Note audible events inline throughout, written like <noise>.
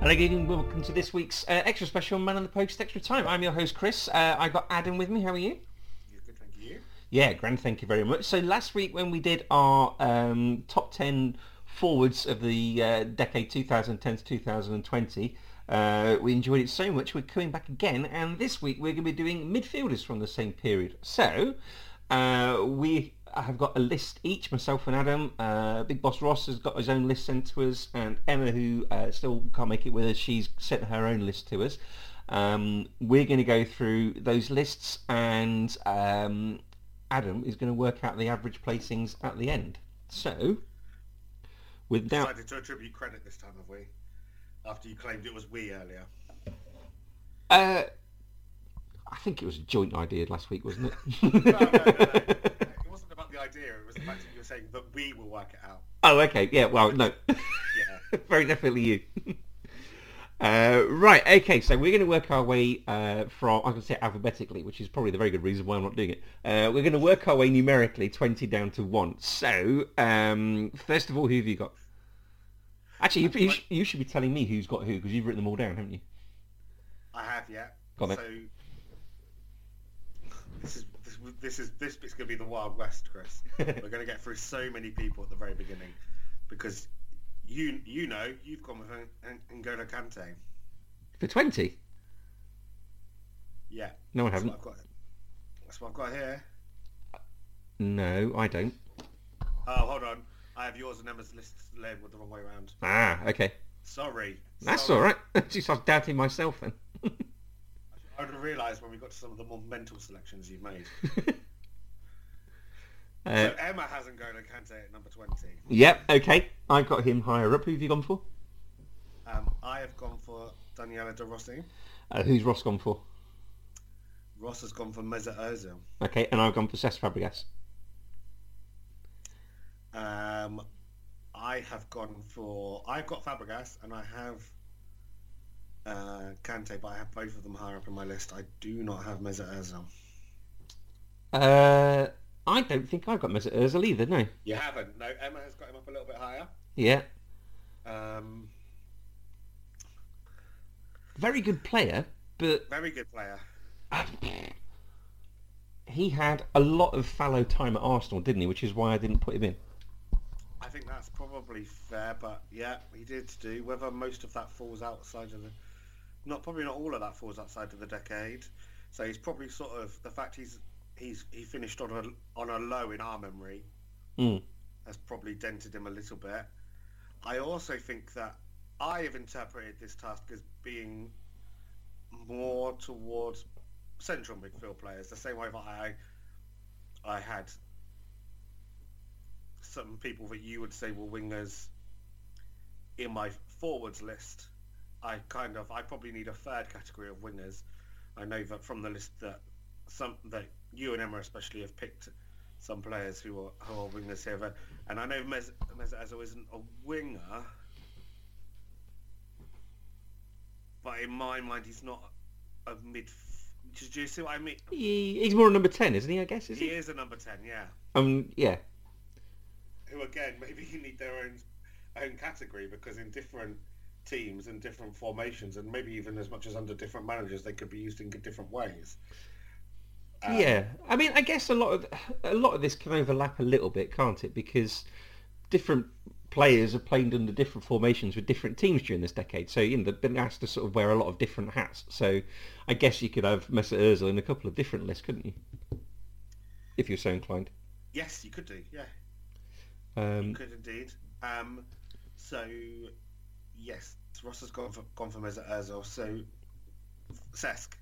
Hello, good evening. Welcome to this week's uh, extra special Man on the Post Extra Time. I'm your host Chris. Uh, I got Adam with me. How are you? Yeah, grand. Thank you very much. So last week when we did our um, top ten forwards of the uh, decade 2010 to 2020, uh, we enjoyed it so much we're coming back again, and this week we're going to be doing midfielders from the same period. So uh, we have got a list each, myself and Adam. Uh, Big Boss Ross has got his own list sent to us, and Emma, who uh, still can't make it with us, she's sent her own list to us. Um, we're going to go through those lists, and um, Adam is going to work out the average placings at the end. So, without decided to attribute credit this time, have we? After you claimed it was <laughs> we earlier. uh, I think it was a joint idea last week, wasn't No, no, no, no. it? It wasn't about the idea. It was the fact that you were saying that we will work it out. <laughs> oh, okay. Yeah. Well, no. Yeah. <laughs> Very definitely you. Uh, right, okay, so we're going to work our way uh, from, I was going to say alphabetically, which is probably the very good reason why I'm not doing it. Uh, we're going to work our way numerically, 20 down to 1. So, um, first of all, who have you got? Actually, you, you, sh- you should be telling me who's got who, because you've written them all down, haven't you? I have, yeah. Go on then. so this is this, this is this bit's gonna be the wild west, <laughs> Chris. We're gonna get through so many people at the very beginning because you you know you've gone with N- N- N'Golo Kante. For 20? Yeah, No, I that's haven't. what I've got. That's what I've got here. No, I don't. Oh, hold on. I have yours and Emma's list labeled the wrong way around. Ah, okay. Sorry. That's Sorry. all right. <laughs> Just I was doubting myself then. <laughs> I would have realised when we got to some of the more mental selections you've made. Uh, so Emma has N'Golo Kante at number 20. yep, okay. I've got him higher up. Who have you gone for? Um, I have gone for Daniela De Rossi. Uh, who's Ross gone for? Ross has gone for Mesut Ozil. Okay, and I've gone for Cesc Fabregas. Um, I have gone for... I've got Fabregas and I have uh, Kante, but I have both of them higher up in my list. I do not have Mesut Ozil. Uh, I don't think I've got Mesut Ozil either. No. You haven't? No, Emma has got him up a little bit higher. Yeah, Um, very good player, but <sighs> very good player. he had a lot of fallow time at Arsenal, didn't he? Which is why I didn't put him in. I think that's probably fair, but yeah, he did do. Whether most of that falls outside of the, not probably not all of that falls outside of the decade. So he's probably sort of the fact he's he's he finished on a on a low in our memory Mm. has probably dented him a little bit. I also think that I have interpreted this task as being more towards central midfield players, the same way that I I had some people that you would say were wingers in my forwards list. I kind of I probably need a third category of wingers. I know that from the list that some that you and Emma especially have picked some players who are who are wingers here, but, and I know Mez, Mesut Ozil isn't a winger, but in my mind he's not a mid. Do, do you see what I mean? He, he's more a number ten, isn't he? I guess is He he? is a number ten, yeah. Um, yeah, who again maybe <laughs> you need their own own category because in different teams and different formations and maybe even as much as under different managers they could be used in different ways. Um, yeah. I mean, I guess a lot of a lot of this can overlap a little bit, can't it? Because different players have played under different formations with different teams during this decade. So you know they've been asked to sort of wear a lot of different hats. So I guess you could have Mesut Ozil in a couple of different lists, couldn't you? If you're so inclined. Yes, you could do. Yeah, you Um, could indeed. Um, so yes, Ross has gone for gone for Mesut Ozil. So Sesk,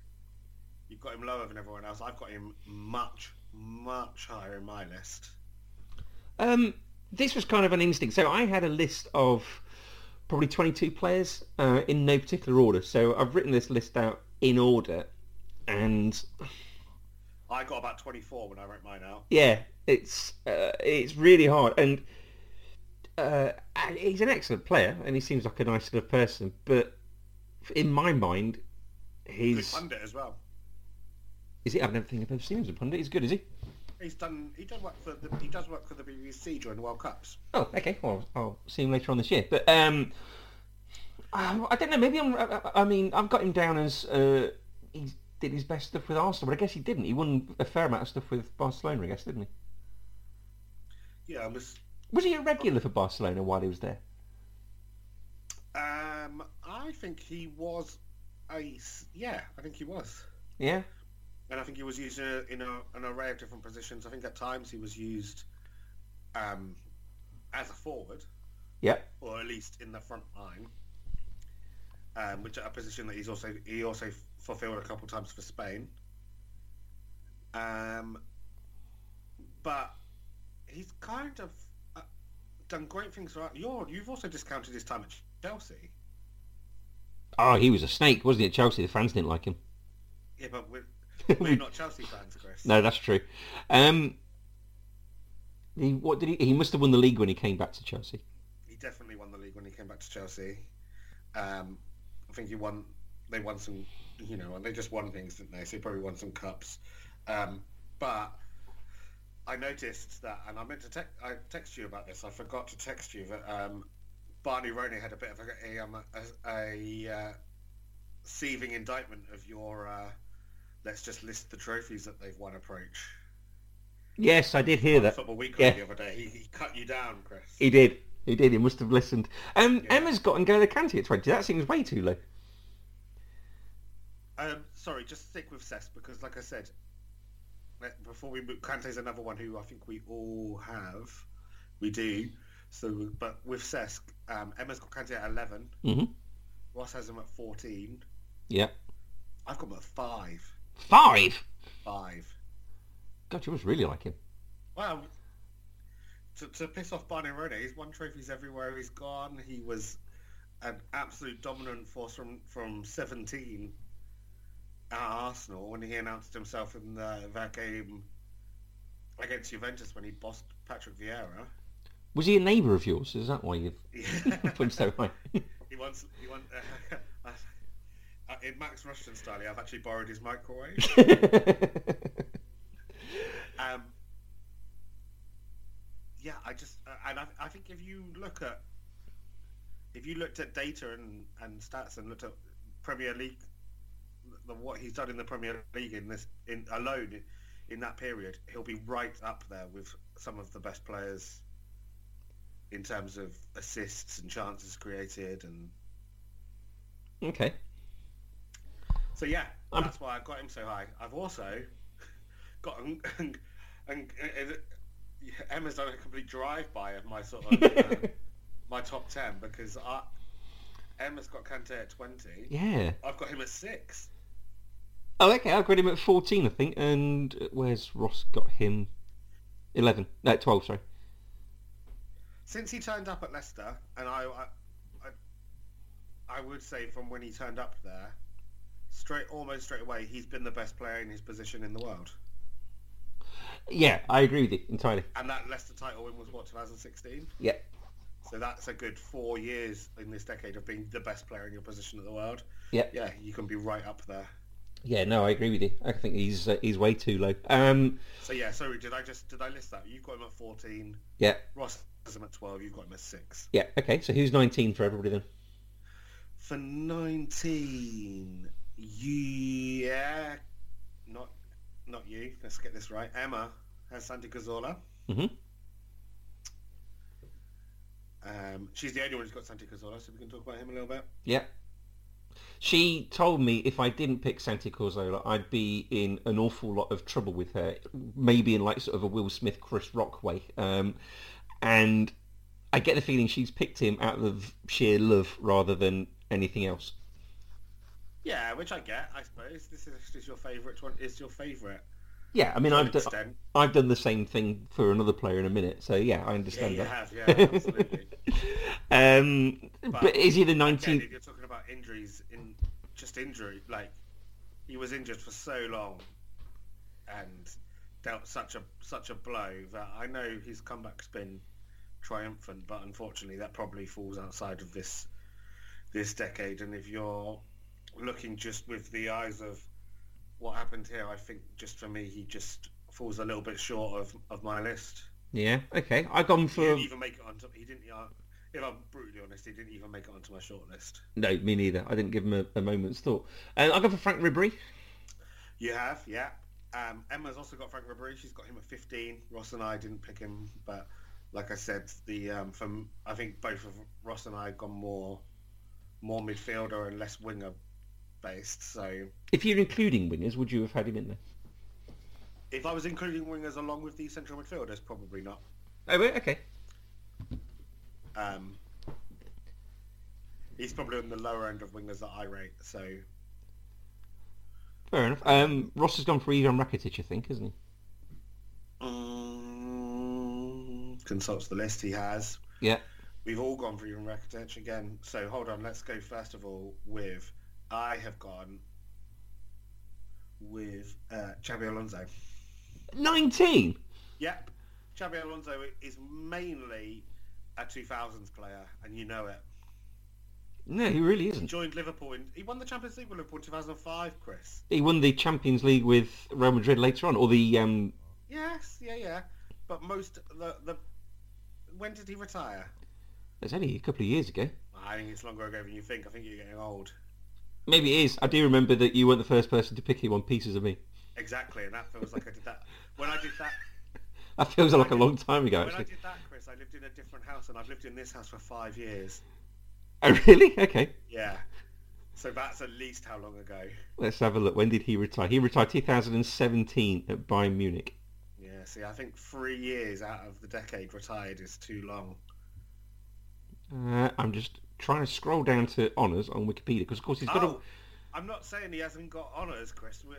you've got him lower than everyone else. I've got him much much higher in my list. Um, this was kind of an instinct. So I had a list of probably 22 players uh, in no particular order. So I've written this list out in order, and I got about 24 when I wrote mine out. yeah, it's uh, it's really hard. And uh, he's an excellent player, and he seems like a nice sort of person. But in my mind, Good he's pundit as well. is he? I've never think I've ever seen him as a pundit. He's good, is he? He's done. He does work for the. He does work for the BBC during the World Cups. Oh, okay. Well, I'll see him later on this year. But um, I I don't know. Maybe I'm. I- I mean, I've got him down as uh, he did his best stuff with Arsenal, but I guess he didn't. He won a fair amount of stuff with Barcelona, I guess, didn't he? Yeah, I was. Was he a regular for Barcelona while he was there? Um, I think he was. A s- yeah, I think he was, Yeah. and I think he was used in, a, in a, an array of different positions. I think at times he was used um, as a forward, Yep. or at least in the front line, um, which a position that he's also he also fulfilled a couple times for Spain. Um, but he's kind of uh, done great things for. You're, you've also discounted his time at Chelsea. Oh, he was a snake, wasn't he? At Chelsea, the fans didn't like him. Yeah, but we're, we're not Chelsea fans, Chris. No, that's true. Um, he, what did he? He must have won the league when he came back to Chelsea. He definitely won the league when he came back to Chelsea. Um, I think he won. They won some, you know, and they just won things, didn't they? So he probably won some cups. Um, but I noticed that, and I meant to te- I text you about this. I forgot to text you that um, Barney Roney had a bit of a, a, um, a, a uh, seething indictment of your uh, "let's just list the trophies that they've won" approach. Yes, I did hear on that. Football Weekly Yeah. the other day, he, he cut you down, Chris. He did. He did. He must have listened. Um, Yeah. Emma's got N'Golo Kante at 20. That seems way too low. Um, sorry, just stick with Cesc because, like I said, let- before we move, Kante's another one who I think we all have. We do. So, but with Cesc, um, Emma's got Kante at 11. Mhm. Ross has him at 14. Yeah. I've got him at 5. Five? 5. God, you must really like him. Wow. To, to piss off Barney Rooney, he's won trophies everywhere he's gone. He was an absolute dominant force from, from 17 at Arsenal when he announced himself in the, that game against Juventus when he bossed Patrick Vieira. <laughs> Was he a neighbour of yours? Is that why you've <laughs> put him so high? he wants. He wants <laughs> uh, uh, in Max Rushton style, I've actually borrowed his microwave. Um, yeah, I just uh, and I, I think if you look at if you looked at data and, and stats and looked at Premier League, the, what he's done in the Premier League in this in alone in that period, he'll be right up there with some of the best players in terms of assists and chances created and okay. So yeah, I'm- that's why I got him so high. I've also <laughs> got and, and, and, and Emma's done a complete drive-by of my sort <laughs> of uh, my top ten because I, Emma's got Kante at twenty. yeah. I've got him at six. Oh, okay. I've got him at 14, I think. And uh, where's Ross got him? 11. No, 12, sorry. Since he turned up at Leicester, and I, I, I, I would say from when he turned up there, straight almost straight away, he's been the best player in his position in the world. Yeah, I agree with you entirely. And that Leicester title win was what 2016. Yeah. So that's a good four years in this decade of being the best player in your position in the world. Yeah. Yeah, you can be right up there. Yeah, no, I agree with you. I think he's uh, he's way too low. Um, So yeah, sorry, did I just did I list that? You've got him at fourteen. yeah, Ross has him at twelve. You've got him at six. yeah. Okay, so who's 19 for everybody then? For nineteen, yeah, not not you. Let's get this right. Emma has Santi Cazorla. Mhm. Um, she's the only one who's got Santi Cazorla, so we can talk about him a little bit. Yeah. She told me if I didn't pick Santi Corzola, I'd be in an awful lot of trouble with her, maybe in like sort of a Will Smith, Chris Rock way. Um, and I get the feeling she's picked him out of sheer love rather than anything else. Yeah, which I get, I suppose. This is actually your favourite one. Is your favourite? Yeah, I mean, To an I've done, extent. I've done the same thing for another player in a minute, so yeah, I Yeah, understand you that. have. Yeah, absolutely. <laughs> Um, but, But is he the Again, 19th? if you're talking about injuries, in just injury, like he was injured for so long, and dealt such a such a blow that I know his comeback's been triumphant, but unfortunately that probably falls outside of this this decade. And if you're looking just with the eyes of what happened here, I think just for me he just falls a little bit short of, of my list. Yeah, okay. I've gone He for... didn't even make it onto. He didn't. uh, If I'm brutally honest, he didn't even make it onto my short list. No, me neither. I didn't give him a, a moment's thought. Um, I've gone for Frank Ribery. You have, yeah. Um, Emma's also got Frank Ribery. She's got him at 15. Ross and I didn't pick him, but like I said, the um, from I think both of Ross and I have gone more more midfielder and less winger based. So If you're including wingers, would you have had him in there? if I was including wingers along with the central midfielders, probably not. Oh, wait, okay. Um, he's probably on the lower end of wingers that I rate. So Fair enough. Um, Ross has gone for Ivan Rakitic, I think, hasn't um, consults the list he has. he? Yeah. We've all gone for Ivan Rakitic again. So hold on, let's go first of all with I have gone with uh, Xabi Alonso. 19! Yep, Xabi Alonso is mainly a 2000s player, and you know it. No, he really He isn't. joined Liverpool. In, he won the Champions League with Liverpool in 2005, Chris. He won the Champions League with Real Madrid later on, or the... Um, Yes, yeah, yeah. But most the the when did he retire? it was only a couple of years ago. I think it's longer ago than you think. I think you're getting old. Maybe it is. I do remember that you weren't the first person to pick him on pieces of me. Exactly, and that feels like I did that when I did that That feels like a long time ago, When I actually. did that, Chris, I lived in a different house, and I've lived in this house for five years. Oh, really? Okay. Yeah. So that's at least how long ago. Let's have a look. When did he retire? He retired 2017 at Bayern Munich. Yeah. See, I think three years out of the decade retired is too long. Uh, I'm just trying to scroll down to honours on Wikipedia because, of course, he's got oh, a... <laughs> i I'm not saying he hasn't got honours, Chris. We're...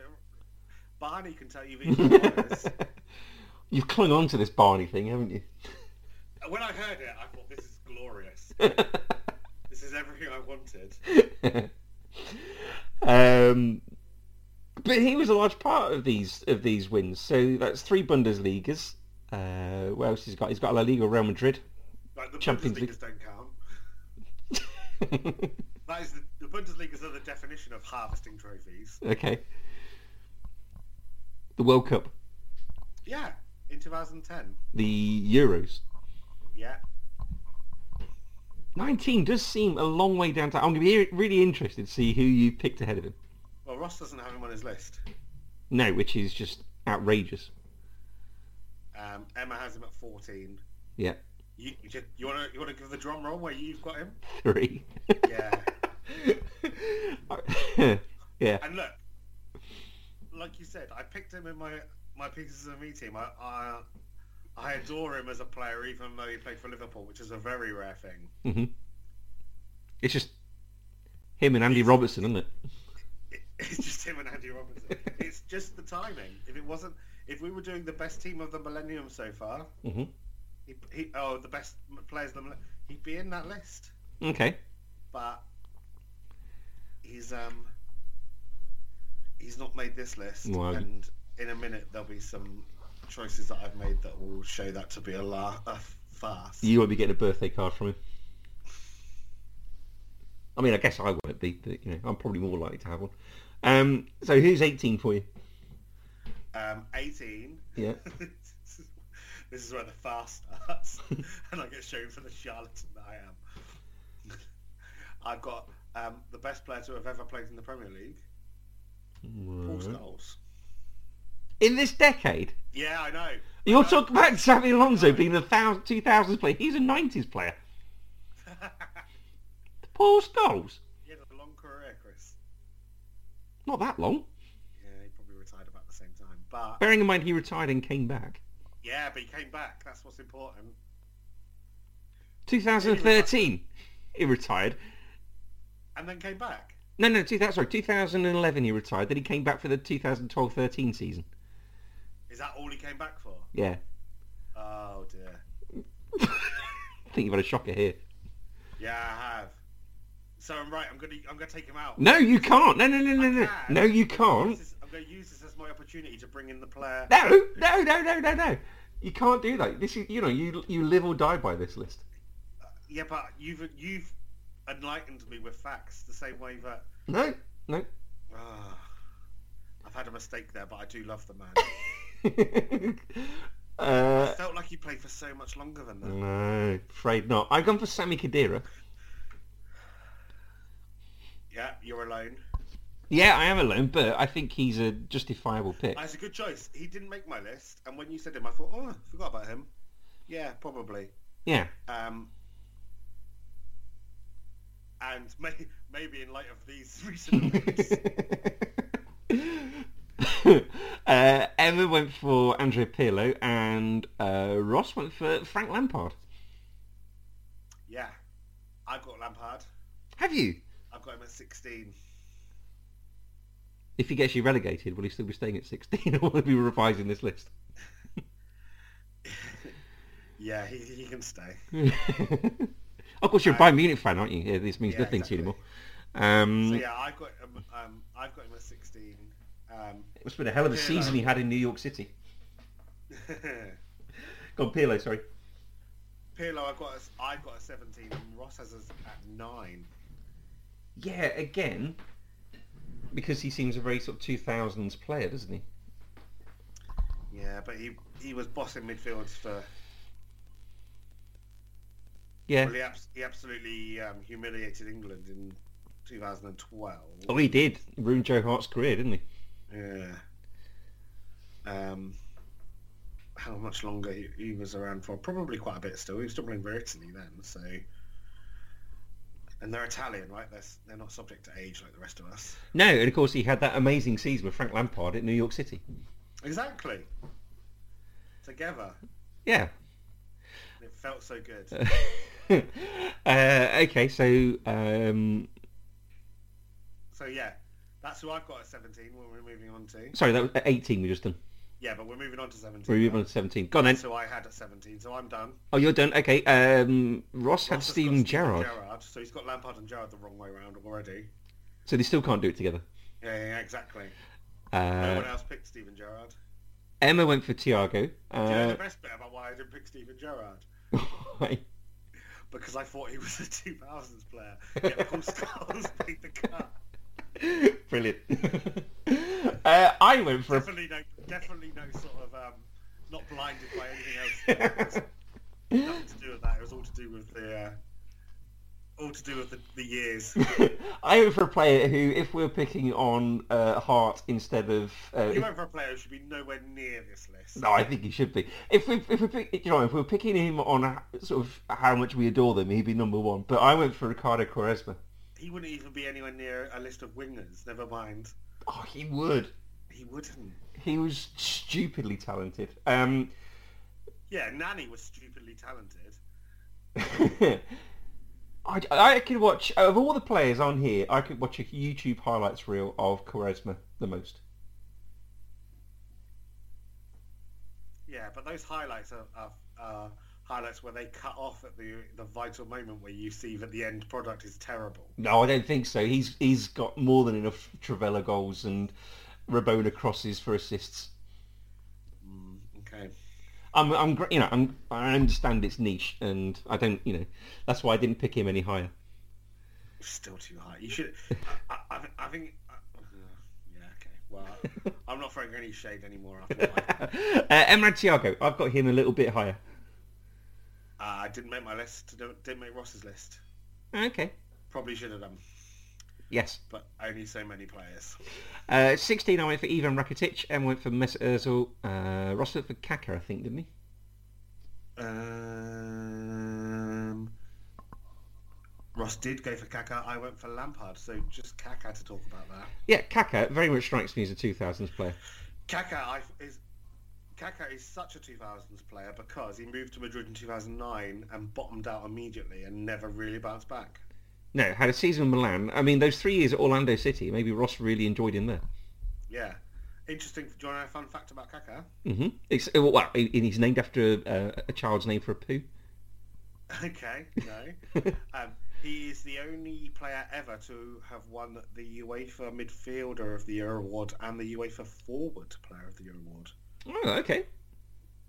Barney can tell you he's <laughs> got honours. You've clung on to this Barney thing, haven't you? <laughs> When I heard it, I thought this is glorious. This is everything I wanted. um, but he was a large part of these of these wins. So that's three Bundesligas. Uh, what else he's got? He's got La Liga, Real Madrid. <laughs> Like the Champions League. Bundesligas don't count. That is the, the Bundesligas are the definition of harvesting trophies. okay. The World Cup, Yeah, in 2010. the Euros. Yeah. 19 does seem a long way down to... I'm going to be really interested to see who you picked ahead of him. Well, Ross doesn't have him on his list. No, which is just outrageous. <laughs> Um, Emma has him at 14. Yeah, You, you, just- you want to you wanna give the drum roll where you've got him? three. <laughs> Yeah. yeah. and look, like you said, I picked him in my, my pieces of me team. I, I, I adore him as a player, even though he played for Liverpool, which is a very rare thing. <laughs> It's just him and Andy Robertson, isn't it? It, it's just him and Andy Robinson. it's just the timing. If it wasn't, if we were doing the best team of the millennium so far, Mhm. he, he, oh, the best players of the millennium, he'd be in that list. Okay. but he's um he's not made this list No, I- and in a minute there'll be some choices that I've made that will show that to be a, la- a farce. You won't be getting a birthday card from him. I mean, I guess I won't be, but you know, I'm probably more likely to have one. Um, so who's 18 for you? Um, 18. Yeah. <laughs> this is where the farce <laughs> starts and I get shown for the charlatan that I am. <laughs> I've got um, the best player to have ever played in the Premier League, Paul Scholes. In this decade, Yeah, I know. <laughs> you're I know. talking about Xavi Alonso being a thousand, 2000s player. He's a 90s player. Paul Scholes. He had a long career, Chris. Not that long. Yeah, he probably retired about the same time. <laughs> But Bearing in mind he retired and came back. yeah, but he came back. That's what's important. 2013, he retired. And then came back. No, no, 2000, sorry, 2011 he retired. Then he came back for the 2012-13 season. Is that all he came back for? Yeah, <laughs> Oh dear. I think you've had a shocker here. Yeah, I have. So I'm right. I'm gonna I'm gonna take him out. No, you can't. No, no, no, no, no. I can. No, you I'm can't. gonna use this- I'm going to use this as my opportunity to bring in the player. No, no, no, no, no, no. You can't do that. This is, you know, you you live or die by this list. Yeah, but you've you've enlightened me with facts the same way that No, <laughs> no. ah, I've had a mistake there, but I do love the man. uh, Felt like he played for so much longer than Mm. that. no, afraid not. I've gone for Sammy Kadira. Yeah, you're alone. Yeah, I am alone, but I think he's a justifiable pick. That's a good choice. He didn't make my list, and when you said him, I thought, oh, I forgot about him. Yeah, probably. <laughs> Yeah. Um, and <laughs> may, maybe in light of these <laughs> recent events, <laughs> uh, Emma went for Andrea Pirlo and uh, Ross went for Frank Lampard. yeah, I've got Lampard. Have you? I've got him at 16. If he gets you relegated, will he still be staying at 16 <laughs> or will he be revising this list? <laughs> Yeah, he, he can stay. of course, you're a Bayern Munich fan, aren't you? Yeah, this means Uh, Yeah, nothing to you anymore. exactly. Um, So yeah, I've got um, um, I've got him at 16. Um, <laughs> It must have been a hell of a season he had in New York City. Gone Pirlo, sorry. Pirlo, I've got a, s- I've got a 17, and Ross has us at nine. Yeah, again, because he seems a very sort of 2000s player, doesn't he? Yeah, but he he was bossing midfields for. Yeah. Well, he, abs- he absolutely um, humiliated England in 2012. Oh, he did. Ruined Joe Hart's career, didn't he? Yeah. Um, how much longer he, he was around for? Probably quite a bit still. He was still playing for Italy then, so. And they're Italian, right? They're, s- they're not subject to age like the rest of us. No, and of course he had that amazing season with Frank Lampard at New York City. Exactly. Together. Yeah. <laughs> It felt so good. uh, okay, so um, So yeah, that's who I've got at 17 when we're moving on to. sorry, that was 18 we just done. Yeah, but we're moving on to 17. We're moving now. on to 17. Go on then. So I had at 17, so I'm done. Oh, you're done. Okay. Um, Ross had Ross has got Steven Gerrard, Gerrard, so he's got Lampard and Gerrard the wrong way around already. so they still can't do it together. Yeah, yeah, yeah, exactly. no Uh, one else picked Steven Gerrard. Emma went for Tiago. Do you know <laughs> Uh, the best bit about why I didn't pick Steven Gerrard? Because I thought he was a <laughs> 2000s player. Yeah, Paul <laughs> Scholes made the cut. <laughs> Brilliant. uh, I went <laughs> for a Definitely no, definitely no sort of, um, not blinded by anything <laughs> else. Nothing to do with that. It was all to do with the, uh, all to do with the, the years. I went for a player who, if we are picking on uh, Hart instead of, uh, You went for a player who should be nowhere near this list. no, I think he should be. If we, if we pick, you know, if we're picking him on a, sort of how much we adore them, he'd be number one. But I went for Ricardo Quaresma. He wouldn't even be anywhere near a list of wingers. Never mind. Oh, he would. He wouldn't. He was stupidly talented. Um, <laughs> Yeah, Nani was stupidly talented. I, I could watch of all the players on here. I could watch a YouTube highlights reel of Quaresma the most. Yeah, but those highlights are, are, are highlights where they cut off at the the vital moment where you see that the end product is terrible. No, I don't think so. He's he's got more than enough Travella goals and Rabona crosses for assists. Okay. I'm I'm gr- you know I'm I understand it's niche and I don't you know that's why I didn't pick him any higher. <laughs> Still too high. You should. I, I, I think. Uh, yeah. Okay. Well, I'm not throwing any shade anymore after what I did. uh, Emrad Tiago, I've got him a little bit higher. Uh, I didn't make my list. Didn't didn't make Ross's list. Okay. Probably should have done, Yes. but only so many players. Uh, 16, I went for Ivan Rakitic. and went for Mesut Ozil. Uh, Ross went for Kaka, I think, didn't he? Um, Ross did go for Kaká. I went for Lampard. So just Kaká to talk about that. Yeah, Kaka very much strikes me as a 2000s player. Kaká I, is Kaká is such a 2000s player because he moved to Madrid in 2009 and bottomed out immediately and never really bounced back. No, had a season in Milan. I mean, those three years at Orlando City, maybe Ross really enjoyed him there. Yeah, interesting. Do you want to know a fun fact about Kaká? <laughs> hmm It's, uh, well, and he's named after a, a child's name for a poo. Okay, no. um, he is the only player ever to have won the UEFA Midfielder of the Year award and the UEFA Forward Player of the Year award. Oh, okay.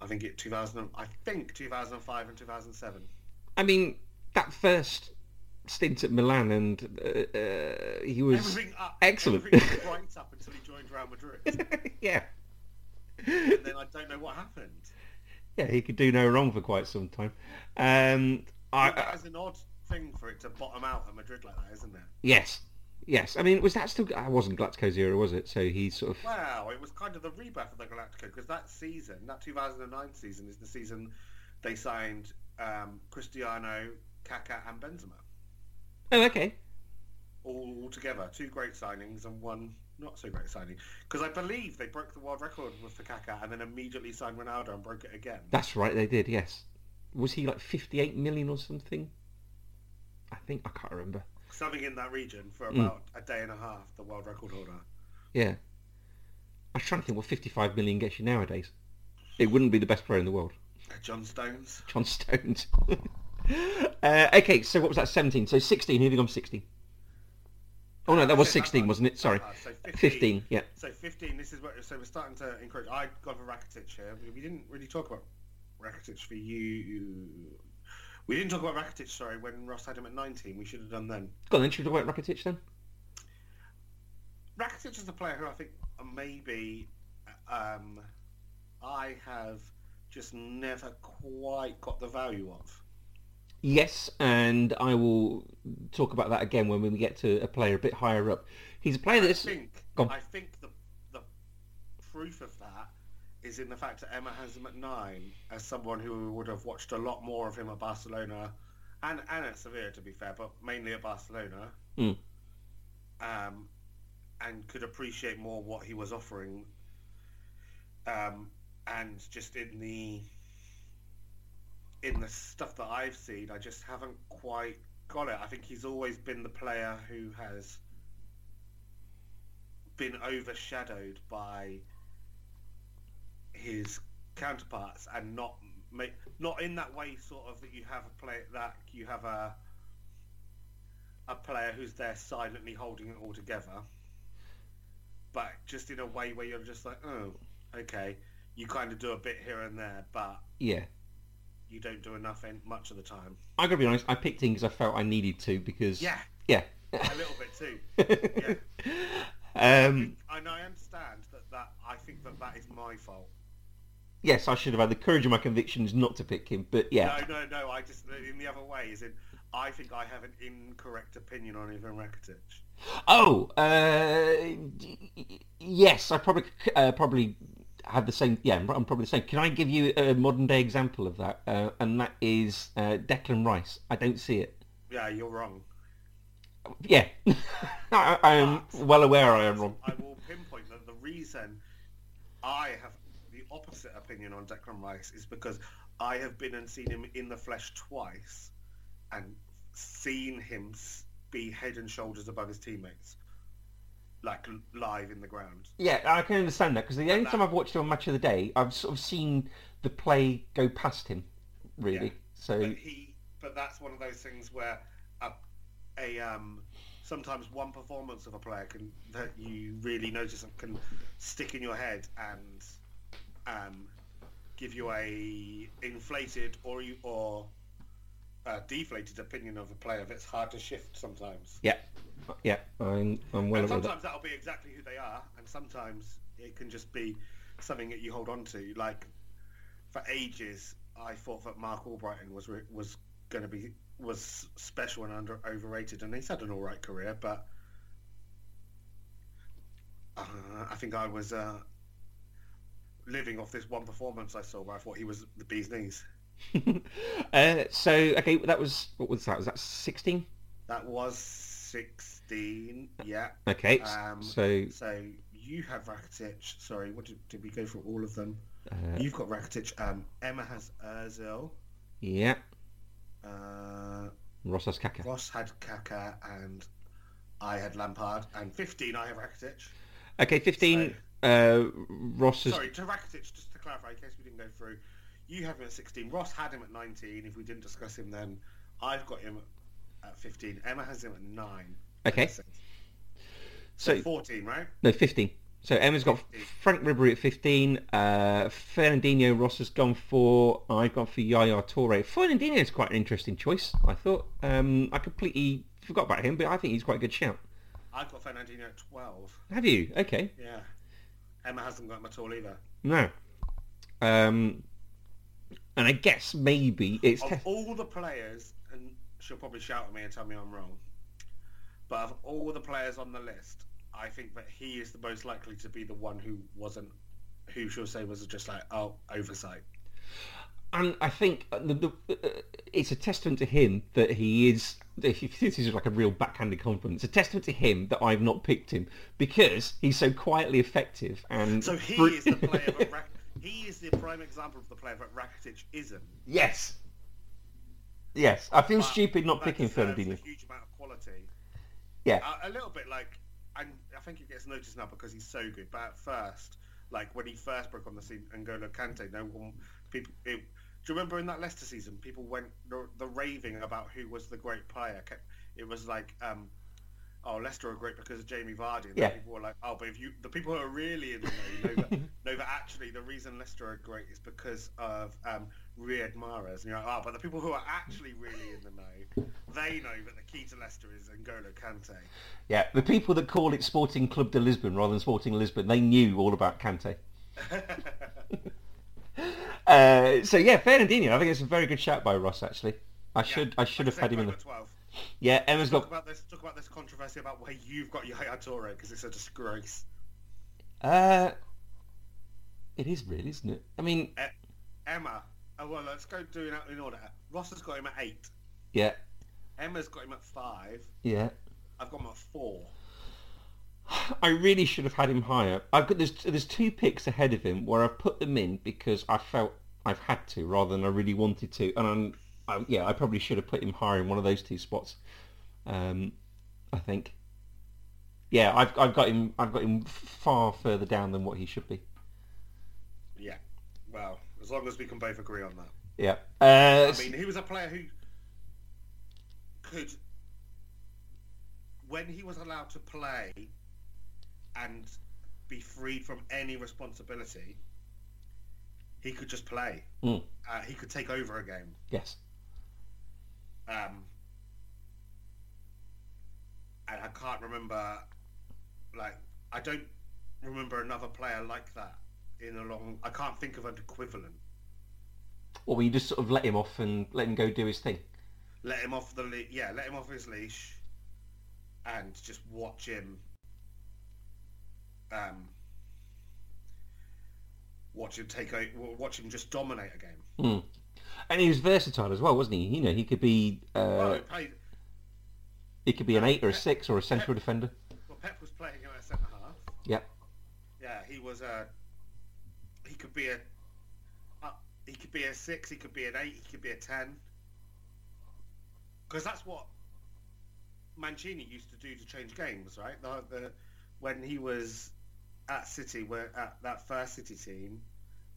I think it 2000. and- I think 2005 and 2007. I mean, that first stint at Milan, and uh, uh, he was Everything up, excellent. Everything was right up until he joined Real Madrid, and <laughs> yeah, then I don't know what happened. yeah, he could do no wrong for quite some time. Um, I, That I, is an odd thing for it to bottom out at Madrid like that, isn't it? yes, yes. I mean, was that still? I wasn't Glatko's era, was it? So he sort of Wow, it was kind of the rebirth of the Galactico because that season, that 2009 season, is the season they signed um, Cristiano, Kaká, and Benzema oh, okay, all together. Two great signings and one not so great signing because I believe they broke the world record with for Kaká and then immediately signed Ronaldo and broke it again. that's right, they did. Yes, was he like fifty-eight million or something? I think I can't remember. Something in that region for Mm. about a day and a half. The world record holder. Yeah, I was trying to think what fifty-five million gets you nowadays. It wouldn't be the best player in the world. <laughs> John Stones. John Stones. <laughs> uh, okay, so what was that? 17. So 16. Who'd have gone 16? Oh, no, that was 16, wasn't it? Sorry. Uh, so 15, yeah. So 15, this is what, so we're starting to encourage. I got for Rakitic here. We- We didn't really talk about Rakitic for you. We didn't talk about Rakitic, sorry, when Ross had him at 19. We should have done then. Go on then, should we work Rakitic then? Rakitic is a player who I think maybe um, I have just never quite got the value of. Yes, and I will talk about that again when we get to a player a bit higher up. He's a player I that's... think, Go on. I think the, the proof of that is in the fact that Emma has him at nine as someone who would have watched a lot more of him at Barcelona and, and at Sevilla, to be fair, but mainly at Barcelona. Mm. Um, and could appreciate more what he was offering. Um, and just in the in the stuff that I've seen, I just haven't quite got it. I think he's always been the player who has been overshadowed by his counterparts and not make not in that way sort of that you have a play that you have a a player who's there silently holding it all together but just in a way where you're just like oh okay you kind of do a bit here and there but Yeah. you don't do enough in, much of the time i got to be honest, I picked him because I felt I needed to because... <laughs> yeah Yeah. a little bit too yeah um, and i understand that that i think that that is my fault yes, I should have had the courage of my convictions not to pick him, but yeah. No, no, no. I just in the other way is in. I think I have an incorrect opinion on Ivan Rakitic. Oh, uh, y- y- yes, I probably uh, probably had the same. Yeah, I'm probably the same. Can I give you a modern day example of that? Uh, and that is uh, Declan Rice. I don't see it. Yeah, you're wrong. Yeah, <laughs> I, I am well aware I am wrong. I will pinpoint that the reason I have the opposite opinion on Declan Rice is because I have been and seen him in the flesh twice, and seen him s- be head and shoulders above his teammates, like l- live in the ground. Yeah, I can understand that because the only that- time I've watched him on Match of the Day, I've sort of seen the play go past him, really. Yeah. So but he but that's one of those things where a, a um sometimes one performance of a player can that you really notice and can stick in your head and um give you a inflated or you or a deflated opinion of a player that's hard to shift sometimes yeah, yeah, I'm, I'm well aware. and of That. sometimes that'll be exactly who they are, and sometimes it can just be something that you hold on to. Like for ages, I thought that Mark Albrighton was re- was going to be was special and under overrated, and he's had an all right career, but uh, I think I was uh, living off this one performance I saw where I thought he was the bee's knees. <laughs> uh, so okay, that was what was that? Was that sixteen? That was 16. Yeah. Okay. Um, so So you have Rakitic. Sorry, what did, did we go through all of them? uh, You've got Rakitic. Um, Emma has Özil. yeah, Uh, Rosas Kaka. Ross had Kaka, and I had Lampard. And 15, I have Rakitic. Okay, fifteen. Uh, Ross has Sorry, to Rakitic, just to clarify, in case we didn't go through, you have him at 16. Ross had him at 19. If we didn't discuss him then, I've got him at 15. Emma has him at 9. okay. So, So 14, right? no, fifteen. So Emma's got Frank Ribery at fifteen. Uh, Fernandinho Ross has gone for. I've gone for Yaya Torre. Fernandinho is quite an interesting choice. I thought. Um, I completely forgot about him, but I think he's quite a good shout. I've got Fernandinho at 12. Have you? Okay. Yeah. Emma hasn't got him at all either. No. Um, and I guess maybe it's Of te- all the players, and she'll probably shout at me and tell me I'm wrong, but of all the players on the list, I think that he is the most likely to be the one who wasn't, who she'll say was just like, oh, oversight. and I think the, the, uh, it's a testament to him that he is. <laughs> If you this is like a real backhanded compliment, it's a testament to him that I've not picked him because he's so quietly effective and. So he bru- is the player <laughs> that Rak- he is the prime example of the player that Rakitic isn't. yes. Yes, I feel but stupid not that picking deserves A Fernandinho. huge amount of quality. Yeah. A, a little bit like, and I think it gets noticed now because he's so good. But at first, like when he first broke on the scene, N'Golo Kante, no one, people. It, do you remember in that Leicester season, people went the, the raving about who was the great player? Kept- It was like, um, oh, Leicester are great because of Jamie Vardy. And then Yeah. People were like, oh, but if you, the people who are really in the know, <laughs> know, that, know that actually the reason Leicester are great is because of um, Riyad Mahrez. And you're like, oh, but the people who are actually really in the know, they know that the key to Leicester is N'Golo Kante. Yeah, the people that call it Sporting Club de Lisbon rather than Sporting Lisbon, they knew all about Kante. Uh, so yeah, Fernandinho. I think it's a very good shout by Ross. Actually, I should I <laughs> should have Like said, had him in. we're The... at 12. Yeah, Emma's Talk got. about this. Talk about this controversy about where you've got Yaya Toure because it's a disgrace. Uh, it is real, isn't it? I mean, E- Emma. Oh well, let's go do it in order. Ross has got him at eight. yeah, Emma's got him at five. yeah. I've got him at four. I really should have had him higher. I've got there's there's two picks ahead of him where I've put them in because I felt I've had to rather than I really wanted to, and I'm, I, yeah, I probably should have put him higher in one of those two spots. Um, I think. Yeah, I've I've got him I've got him far further down than what he should be. Yeah. Well, as long as we can both agree on that. Yeah. Uh, I mean, he was a player who could, when he was allowed to play and be freed from any responsibility, he could just play. Mm. Uh, he could take over a game. yes. Um, and I can't remember, like, I don't remember another player like that in a long. I can't think of an equivalent. Or we just sort of let him off and let him go do his thing. let him off the le- yeah, let him off his leash, and just watch him. Um, watch him take o- watch him just dominate a game. Hmm. And he was versatile as well, wasn't he? You know, he could be well, uh, he played, he could be an eight or a six or a central defender. well, Pep was playing him at centre half. Yeah, Yeah, he was a. He could be a. Uh, he could be a six. He could be an eight. He could be a ten. Because that's what Mancini used to do to change games, right? The, the when he was at City, where at that first City team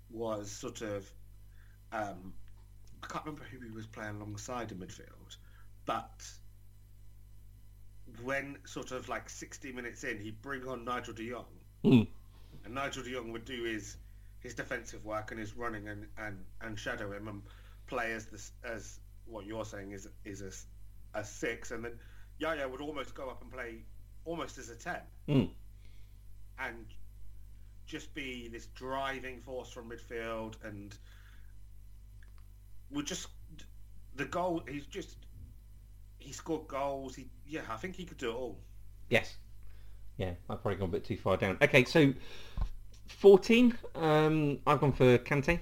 was sort of. Um, I can't remember who he was playing alongside in midfield, but when sort of like 60 minutes in, he'd bring on Nigel de Jong Hmm. and Nigel de Jong would do his his defensive work and his running and, and, and shadow him and play as this as what you're saying is is a, s- a six and then Yaya would almost go up and play almost as a ten Mm. and just be this driving force from midfield and would just the goal he's just he scored goals he yeah I think he could do it all yes, yeah. I've probably gone a bit too far down. Okay, so fourteen. Um, I've gone for Kante.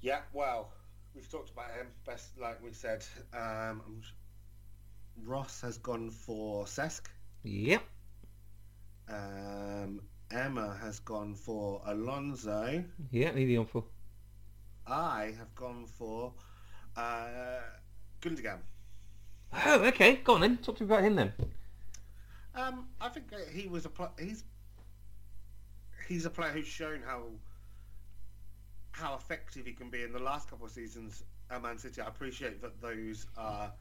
yeah well we've talked about him. Best, like we said, um, I'm sh- Ross has gone for Sesk. Yep. Um, Emma has gone for Alonso. Yeah, who are you on for? I have gone for uh, Gundogan. Oh, okay. Go on then. Talk to me about him then. Um, I think uh, he was a pl- he's he's a player who's shown how how effective he can be in the last couple of seasons at Man City. I appreciate that those are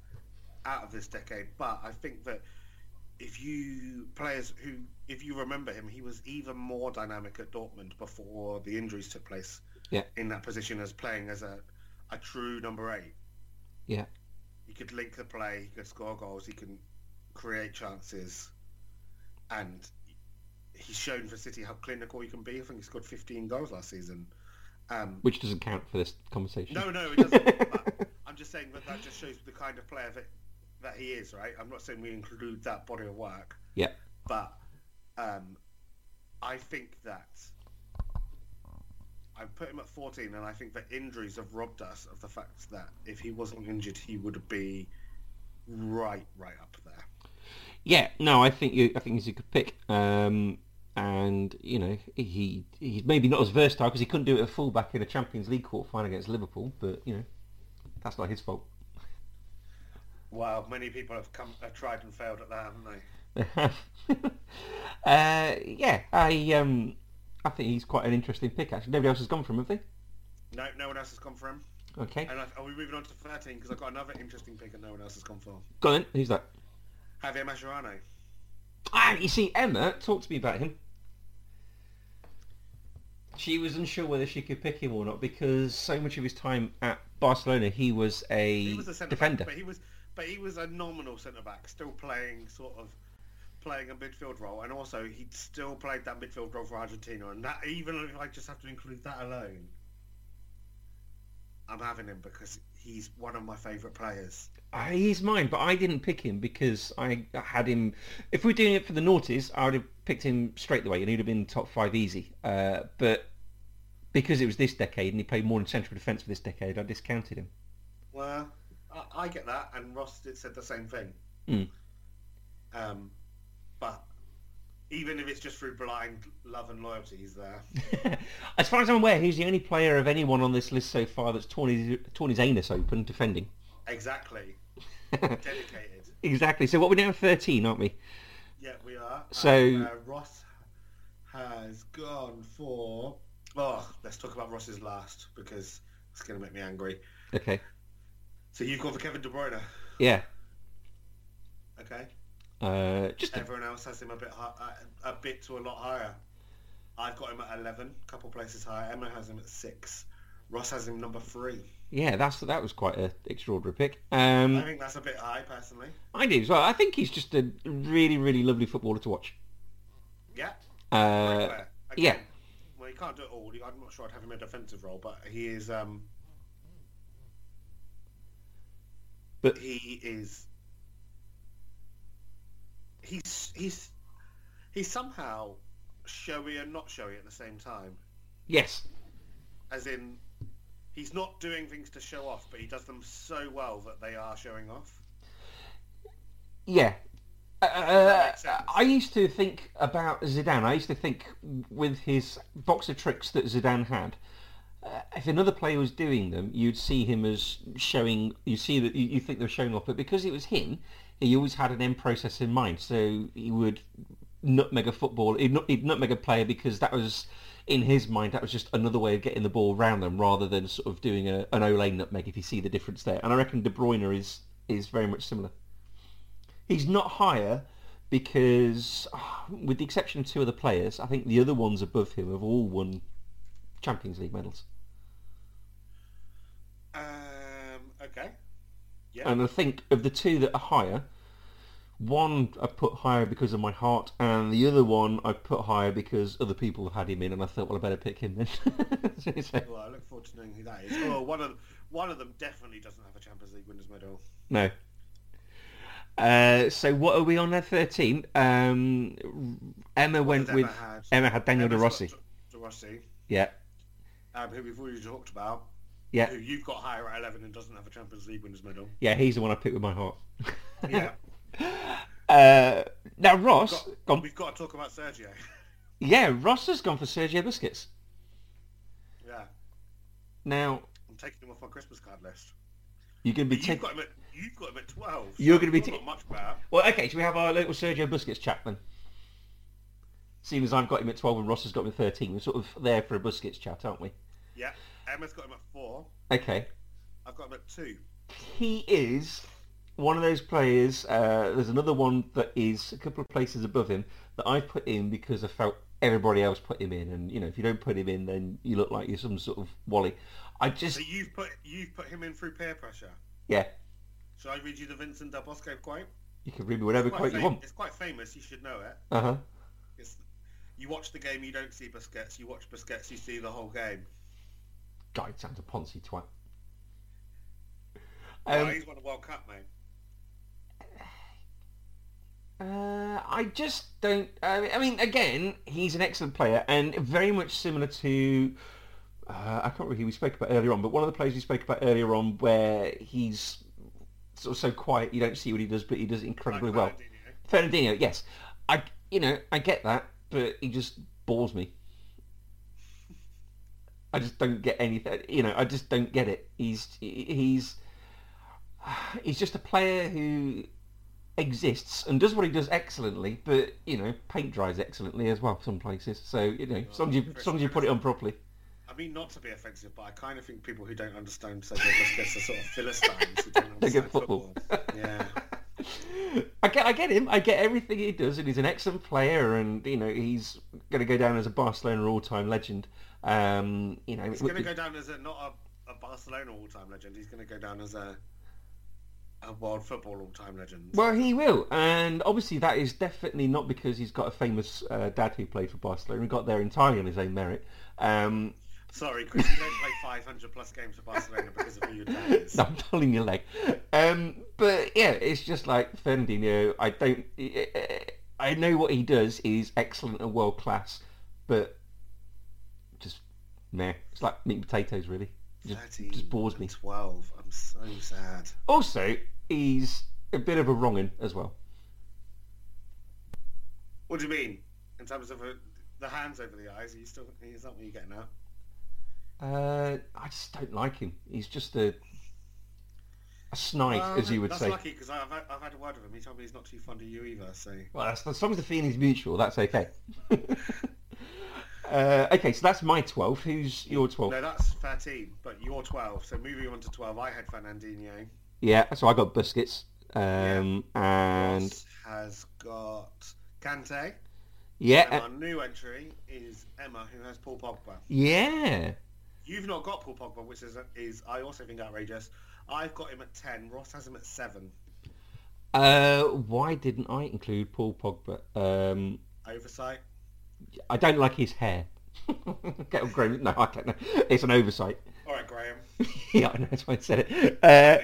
out of this decade, but I think that if you players who if you remember him, he was even more dynamic at Dortmund before the injuries took place. Yeah. in that position as playing as a a true number eight. Yeah. he could link the play, he could score goals, he can create chances, and he's shown for City how clinical he can be. I think he scored 15 goals last season. Um, Which doesn't count for this conversation. <laughs> no, no, it doesn't. but I'm just saying that that just shows the kind of player that that he is, right? I'm not saying we include that body of work, Yeah. but um, I think that I put him at 14, and I think that injuries have robbed us of the fact that if he wasn't injured, he would be right, right up there. Yeah, no, I think you. I think he's a good pick. Um, and you know, he he's maybe not as versatile because he couldn't do it at fullback in a Champions League quarter final against Liverpool. But you know, that's not his fault. <laughs> Well, many people have come, have tried and failed at that, haven't they? uh, yeah, I um, I think he's quite an interesting pick. Actually, nobody else has gone for him, have they? No, no one else has gone for him. Okay, And I, are we moving on to 13? Because I've got another interesting pick and no one else has gone for. go on. then. Who's that? Javier Mascherano. Ah, you see, Emma, talk to me about him. She was unsure whether she could pick him or not because so much of his time at Barcelona, he was a, He was a centre defender. back, but he was but he was a nominal centre back, still playing sort of playing a midfield role, and also he still played that midfield role for Argentina. And that even if I just have to include that alone, I'm having him because he's one of my favourite players. Uh, He's mine, but I didn't pick him because I had him. If we were doing it for the noughties, I would have picked him straight away, and he'd have been top five easy. Uh, but because it was this decade, and he played more in central defence for this decade, I discounted him. <laughs> Well, I, I get that, and Ross did said the same thing. Mm. Um, but even if it's just through blind love and loyalty, he's <laughs> there. as far as I'm aware, he's the only player of anyone on this list so far that's torn his, torn his anus open defending. exactly, dedicated. <laughs> Exactly. So what we're down thirteen, aren't we? Yeah, we are. So- And, uh, Ross has gone for. Oh, let's talk about Ross's last because it's going to make me angry. Okay. So you've gone for Kevin De Bruyne, Yeah. okay? Uh, just a, Everyone else has him a bit hi- uh, a bit to a lot higher. I've got him at eleven, a couple places higher. Emma has him at six. Ross has him number three. yeah. That's that was quite an extraordinary pick. I Um, think that's a bit high, personally. I do as well. I think he's just a really, really lovely footballer to watch. Yeah. Uh, Fair. yeah. Again, Well, he can't do it all. I'm not sure I'd have him in a defensive role, but he is. Um, But- he is. He's he's he's somehow showy and not showy at the same time. yes. As in, he's not doing things to show off, but he does them so well that they are showing off. Yeah. that Uh, make sense? I used to think about Zidane. I used to think with his box of tricks that Zidane had, uh, if another player was doing them, you'd see him as showing. You see that you, you think they were showing off, but because it was him, he always had an end process in mind. So he would nutmeg a football, he'd, nut, he'd nutmeg a player because that was in his mind. That was just another way of getting the ball round them, rather than sort of doing a, an Ole nutmeg. If you see the difference there, and I reckon De Bruyne is is very much similar. He's not higher because, ah, with the exception of two other players, I think the other ones above him have all won Champions League medals. Um. Okay. And I think of the two that are higher, one I put higher because of my heart, and the other one I put higher because other people have had him in, and I thought, well, I better pick him then. <laughs> So, Well, I look forward to knowing who that is. Oh, one of one of them definitely doesn't have a Champions League winners medal. no. Uh, so what are we on there? Thirteen. Um, Emma went Emma with had? Emma had Daniel De Emma's Rossi. got De De Rossi, Yeah. um, who we've already talked about. Yeah, who you've got higher at 11 and doesn't have a Champions League winners medal. yeah, he's the one I picked with my heart. <laughs> Yeah. Uh, now Ross, Got- gone, we've got to talk about Sergio. <laughs> yeah, Ross has gone for Sergio Busquets. Yeah. Now I'm taking him off my Christmas card list. you're going to But be you've, taking. got him at, you've got him at 12. You're gonna be you're ta- not much better. Well, okay, so we have our little Sergio Busquets chat then. Seeing as I've got him at 12 and Ross has got him at 13, we're sort of there for a Busquets chat, aren't we? Yeah. Emma's got him at 4. Okay. I've got him at 2. He is one of those players. Uh, there's another one that is a couple of places above him that I put in because I felt everybody else put him in. And, you know, if you don't put him in, then you look like you're some sort of Wally. I just, So you've put you've put him in through peer pressure. yeah, Shall I read you the Vincent Del Bosco quote? you can read me whatever quote you fam- want. It's quite famous. You should know it. Uh-huh. It's you watch the game, you don't see Busquets. You watch Busquets, you see the whole game. Guy sounds a Ponzi twat. Oh, Um, he's won a World Cup, mate. Uh, I just don't. I I mean, again, he's an excellent player and very much similar to. Uh, I can't remember who we spoke about earlier on, but one of the players we spoke about earlier on where he's sort of so quiet, you don't see what he does, but he does it Like incredibly well. Fernandinho. Fernandinho, yes. I, you know, I get that, but he just bores me. I just don't get anything. You know, I just don't get it. He's he's he's just a player who exists and does what he does excellently, but you know, paint dries excellently as well. Some places, so you know, as long as you, as long as you put it on properly. I mean, not to be offensive, but I kind of think people who don't understand Sergio Busquets are sort of Philistines who <laughs> don't They understand get football. football. <laughs> yeah. I get, I get him. I get everything he does, and he's an excellent player. And you know, he's going to go down as a Barcelona all-time legend. Um, you know, He's we- going to go down as a, not a, a Barcelona all-time legend. He's going to go down as a a world football all-time legend. well, he will. And obviously, that is definitely not because he's got a famous uh, dad who played for Barcelona and got there entirely on his own merit. Um, Sorry, Chris, you don't play 500 plus games for Barcelona because of who your dad is. I'm <laughs> pulling your leg. Um, but yeah, it's just like Fernandinho. I don't. I know what he does is excellent and world class, but just meh. It's like meat and potatoes, really. Just, 13, just bores me. 12. I'm so sad. Also, he's a bit of a wrongin as well. What do you mean? In terms of uh the hands over the eyes, are you still? Is that what you're getting at? Uh, I just don't like him. He's just a a snide, Well, as you would Uh, Um, that's say. lucky because I've, had- I've had a word with him. He told me he's not too fond of you either. So Well, that's, as long as the feeling's mutual, that's okay. <laughs> uh, okay, so that's my twelve. Who's your twelve? no, that's 13. But you're 12. So moving on to 12, I had Fernandinho. Yeah, so I got biscuits. Um, and Ross has got Kante. yeah, And uh, our new entry is Emma, who has Paul Pogba. yeah, You've not got Paul Pogba, which is is I also think outrageous. I've got him at 10. Ross has him at seven. uh, why didn't I include Paul Pogba? Um, Oversight. I don't like his hair. <laughs> Get him grown. No, I don't know. It's an oversight. <laughs> All right, Graham. yeah, I know that's why I said it. Uh,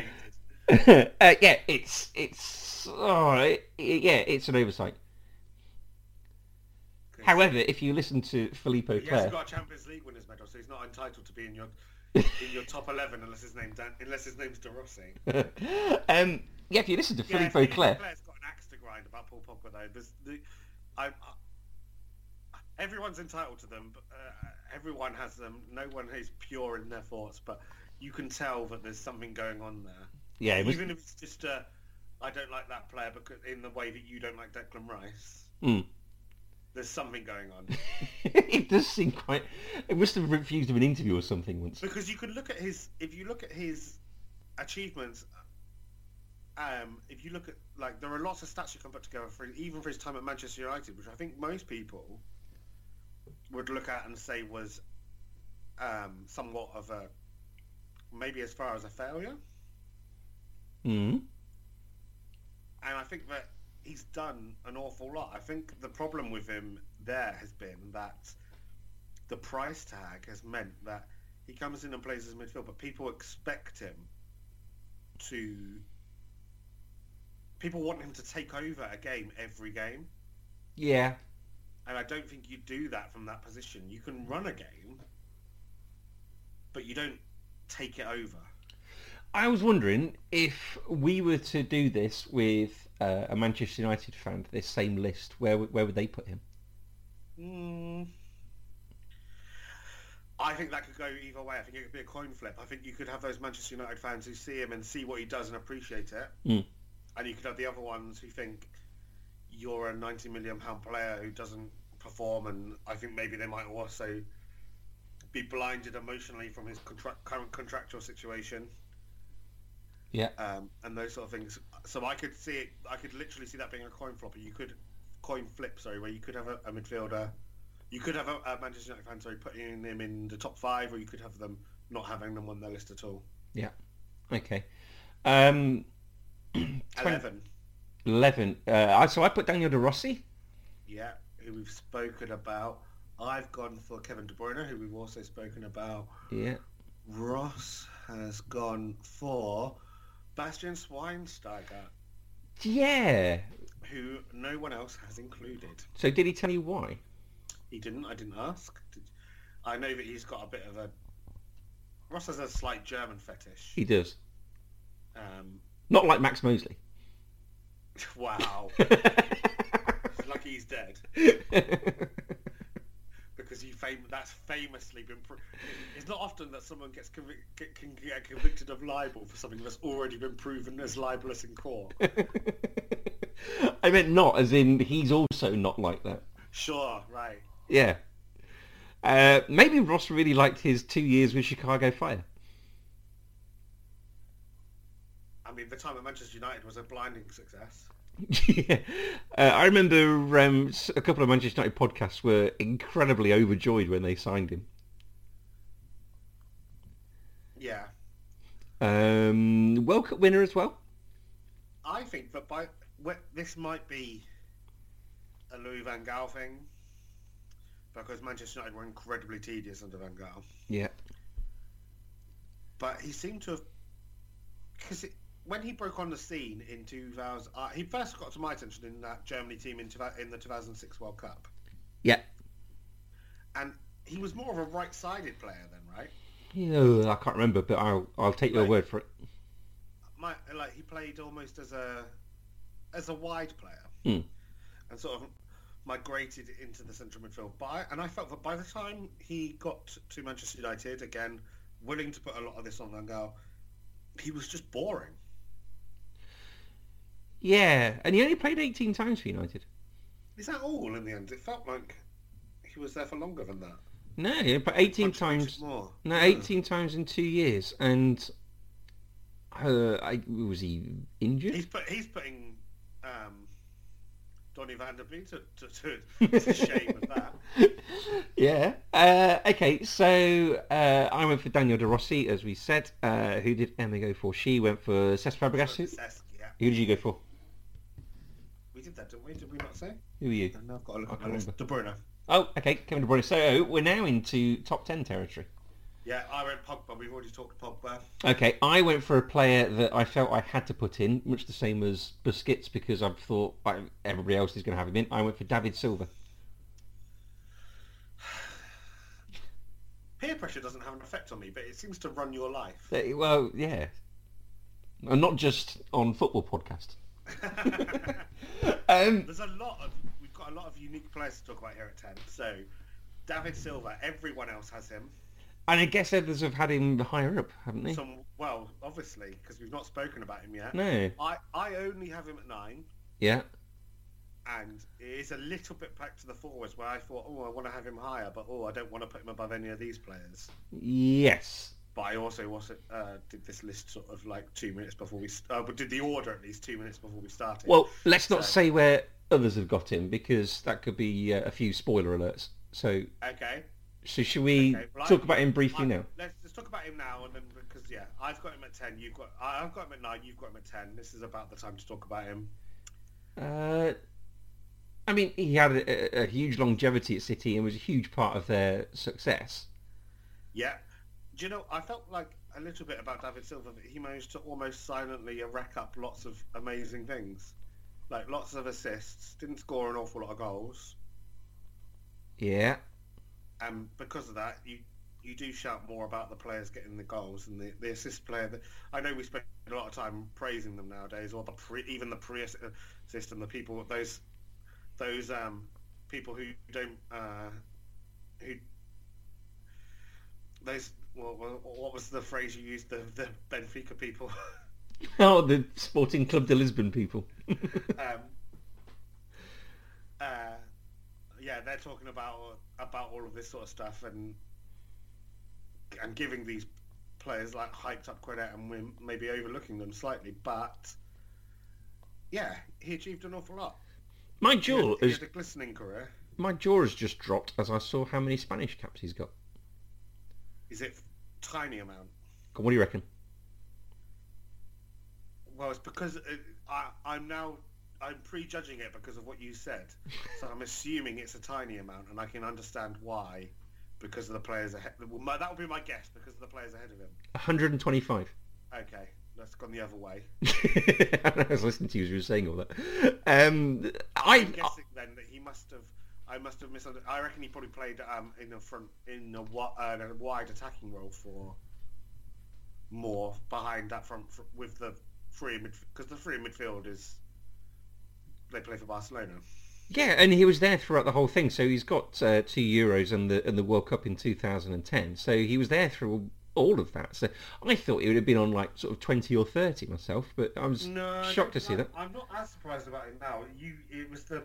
<laughs> uh, yeah, it's it's oh, it- yeah, it's an oversight. Good. However, if you listen to Filippo He has Clare, <laughs> got a Champions League winners medal, so he's not entitled to be in your in your top eleven unless his name Dan, unless his name's De Rossi. um, yeah, if you listen to Yeah, Filippo Clare, has got an axe to grind about Paul Pogba though. There's the, I, I- everyone's entitled to them, but uh, everyone has them. No one is pure in their thoughts, but you can tell that there's something going on there. yeah, it was, Even if it's just uh, I don't like that player because in the way that you don't like Declan Rice. Mm. There's something going <laughs> on. it does seem quite. It must have refused him an interview or something once. because you can look at his if you look at his achievements um if you look at like there are lots of stats you can put together for even for his time at manchester united which i think most people would look at and say was um somewhat of a maybe as far as a failure Mm. and i think that he's done an awful lot i think the problem with him there has been that the price tag has meant that he comes in and plays as midfield, but people expect him to. People want him to take over a game every game, Yeah, and I don't think you do that from that position. You can run a game, but you don't take it over. I was wondering if we were to do this with uh, a Manchester United fan, this same list, where w- where would they put him? Mm. I think that could go either way. I think it could be a coin flip. I think you could have those Manchester United fans who see him and see what he does and appreciate it, Mm. and you could have the other ones who think you're a 90 million pound player who doesn't perform, and I think maybe they might also be blinded emotionally from his contract, current contractual situation Yeah. um, and those sort of things. So I could see it. I could literally see that being a coin flop. You could coin flip, sorry, where you could have a, a midfielder, you could have a, a Manchester United fan, sorry, putting them in the top five, or you could have them not having them on their list at all. Okay. Um, Eleven, Eleven. Uh, I- so I put Daniel De Rossi. yeah, who we've spoken about. I've gone for Kevin De Bruyne, who we've also spoken about. Yeah. Ross has gone for Bastian Schweinsteiger, Yeah. who no one else has included. So did he tell you why? He didn't. I didn't ask. Did I know that he's got a bit of a. Ross has a slight German fetish. He does. Um, <laughs> Not like Max Mosley. <laughs> wow. It's lucky he's dead because he fam- that's famously been. Pro- it's not often that someone gets convic- get- can get convicted of libel for something that's already been proven as libelous in court. I meant not, as in he's also not like that. Sure, right. Yeah. Uh, maybe Ross really liked his two years with Chicago Fire. <laughs> I mean, the time at Manchester United was a blinding success. yeah. Uh, I remember um, s- a couple of Manchester United podcasts were incredibly overjoyed when they signed him. Yeah, Um, World Cup winner as well. I think that by wh- this might be a Louis Van Gaal thing because Manchester United were incredibly tedious under Van Gaal, Yeah. but he seemed to have because when he broke on the scene in 2000, uh, he first got to my attention in that Germany team in, two, in the 2006 World Cup, Yeah. and he was more of a right-sided player then, right? Yeah, I can't remember, but I'll I'll take your Right. word for it. my like he played almost as a as a wide player Hmm. and sort of migrated into the central midfield by and I felt that by the time he got to Manchester United again willing to put a lot of this on Van Gaal he was just boring Yeah, and he only played 18 times for United. is that all in the end it felt like he was there for longer than that No, he only played 18 Contributed times. more No, Yeah. 18 times in two years, and uh, I, was he injured? he's put he's putting um Donny van der Beek to, to, <laughs> to, to shame with that yeah. Uh, okay, so uh, I went for Daniel De Rossi, as we said. Uh, who did Emma go for? She went for Cesc Fabregas. Who, Cesc, yeah who did you go for? we did that didn't we did we not say Who were you? and I've got to look at can't my list De Bruyne Oh, okay, Kevin De Bruyne. So we're now into top 10 territory. Yeah, I went Pogba. We've already talked Pogba. Okay, I went for a player that I felt I had to put in, much the same as Busquets, because I thought I, everybody else is going to have him in. I went for David Silva. Peer pressure doesn't have an effect on me, but it seems to run your life. Uh, Well, yeah, and not just on football podcast. <laughs> Um, <laughs> There's a lot of we've got a lot of unique players to talk about here at ten. So David Silva, everyone else has him. and I guess others have had him higher up, haven't they? Some well, obviously, because we've not spoken about him yet. No. I I only have him at nine, Yeah. and it is a little bit back to the forwards where I thought, oh, I want to have him higher, but oh, I don't want to put him above any of these players. Yes. But I also was uh, did this list sort of like two minutes before we st- uh, but did the order at least two minutes before we started. Well, let's not So- say where others have got him because that could be uh, a few spoiler alerts. So, okay. so should we Okay, well, I- talk about him briefly I- now? Let's just talk about him now, and then because yeah, I've got him at ten. You've got I- I've got him at nine. You've got him at ten. This is about the time to talk about him. Uh, I mean, he had a, a, a huge longevity at City and was a huge part of their success. Yeah. Do you know? I felt like a little bit about David Silva that he managed to almost silently rack up lots of amazing things, like lots of assists. Didn't score an awful lot of goals, Yeah. <laughs> and because of that, you you do shout more about the players getting the goals and the, the assist player. But I know we spend a lot of time praising them nowadays, or the pre, even the pre-assist and the people those those um, people who don't uh, who those. Well, well, what was the phrase you used? The, the Benfica people. <laughs> Oh, the Sporting Club de Lisbon people. <laughs> um, uh, yeah, they're talking about about all of this sort of stuff and and giving these players like hyped up credit, and we're maybe overlooking them slightly. But yeah, he achieved an awful lot. My He had- jaw he is had a glistening career. my jaw has just dropped as I saw how many Spanish caps he's got. Is it tiny amount? Go on, What do you reckon? Well, it's because uh I, I'm now I'm prejudging it because of what you said, so I'm assuming it's a tiny amount, and I can understand why because of the players ahead. Well, my, that would be my guess because of the players ahead of him. 125. Okay, that's gone the other way. <laughs> I was listening to you as you were saying all that. Um, I, I'm guessing then that he must have. I must have misunderstood. I reckon he probably played um, in a front in a, wi- uh, a wide attacking role for more behind that front fr- with the free midf because the free midfield is they play for Barcelona. yeah, and he was there throughout the whole thing. So he's got uh, two Euros and the and the World Cup in 2010. So he was there through all of that. So I thought it would have been on like sort of 20 or 30 myself, but I was No, I shocked to don't- see that. I'm not as surprised about it now. You, it was the,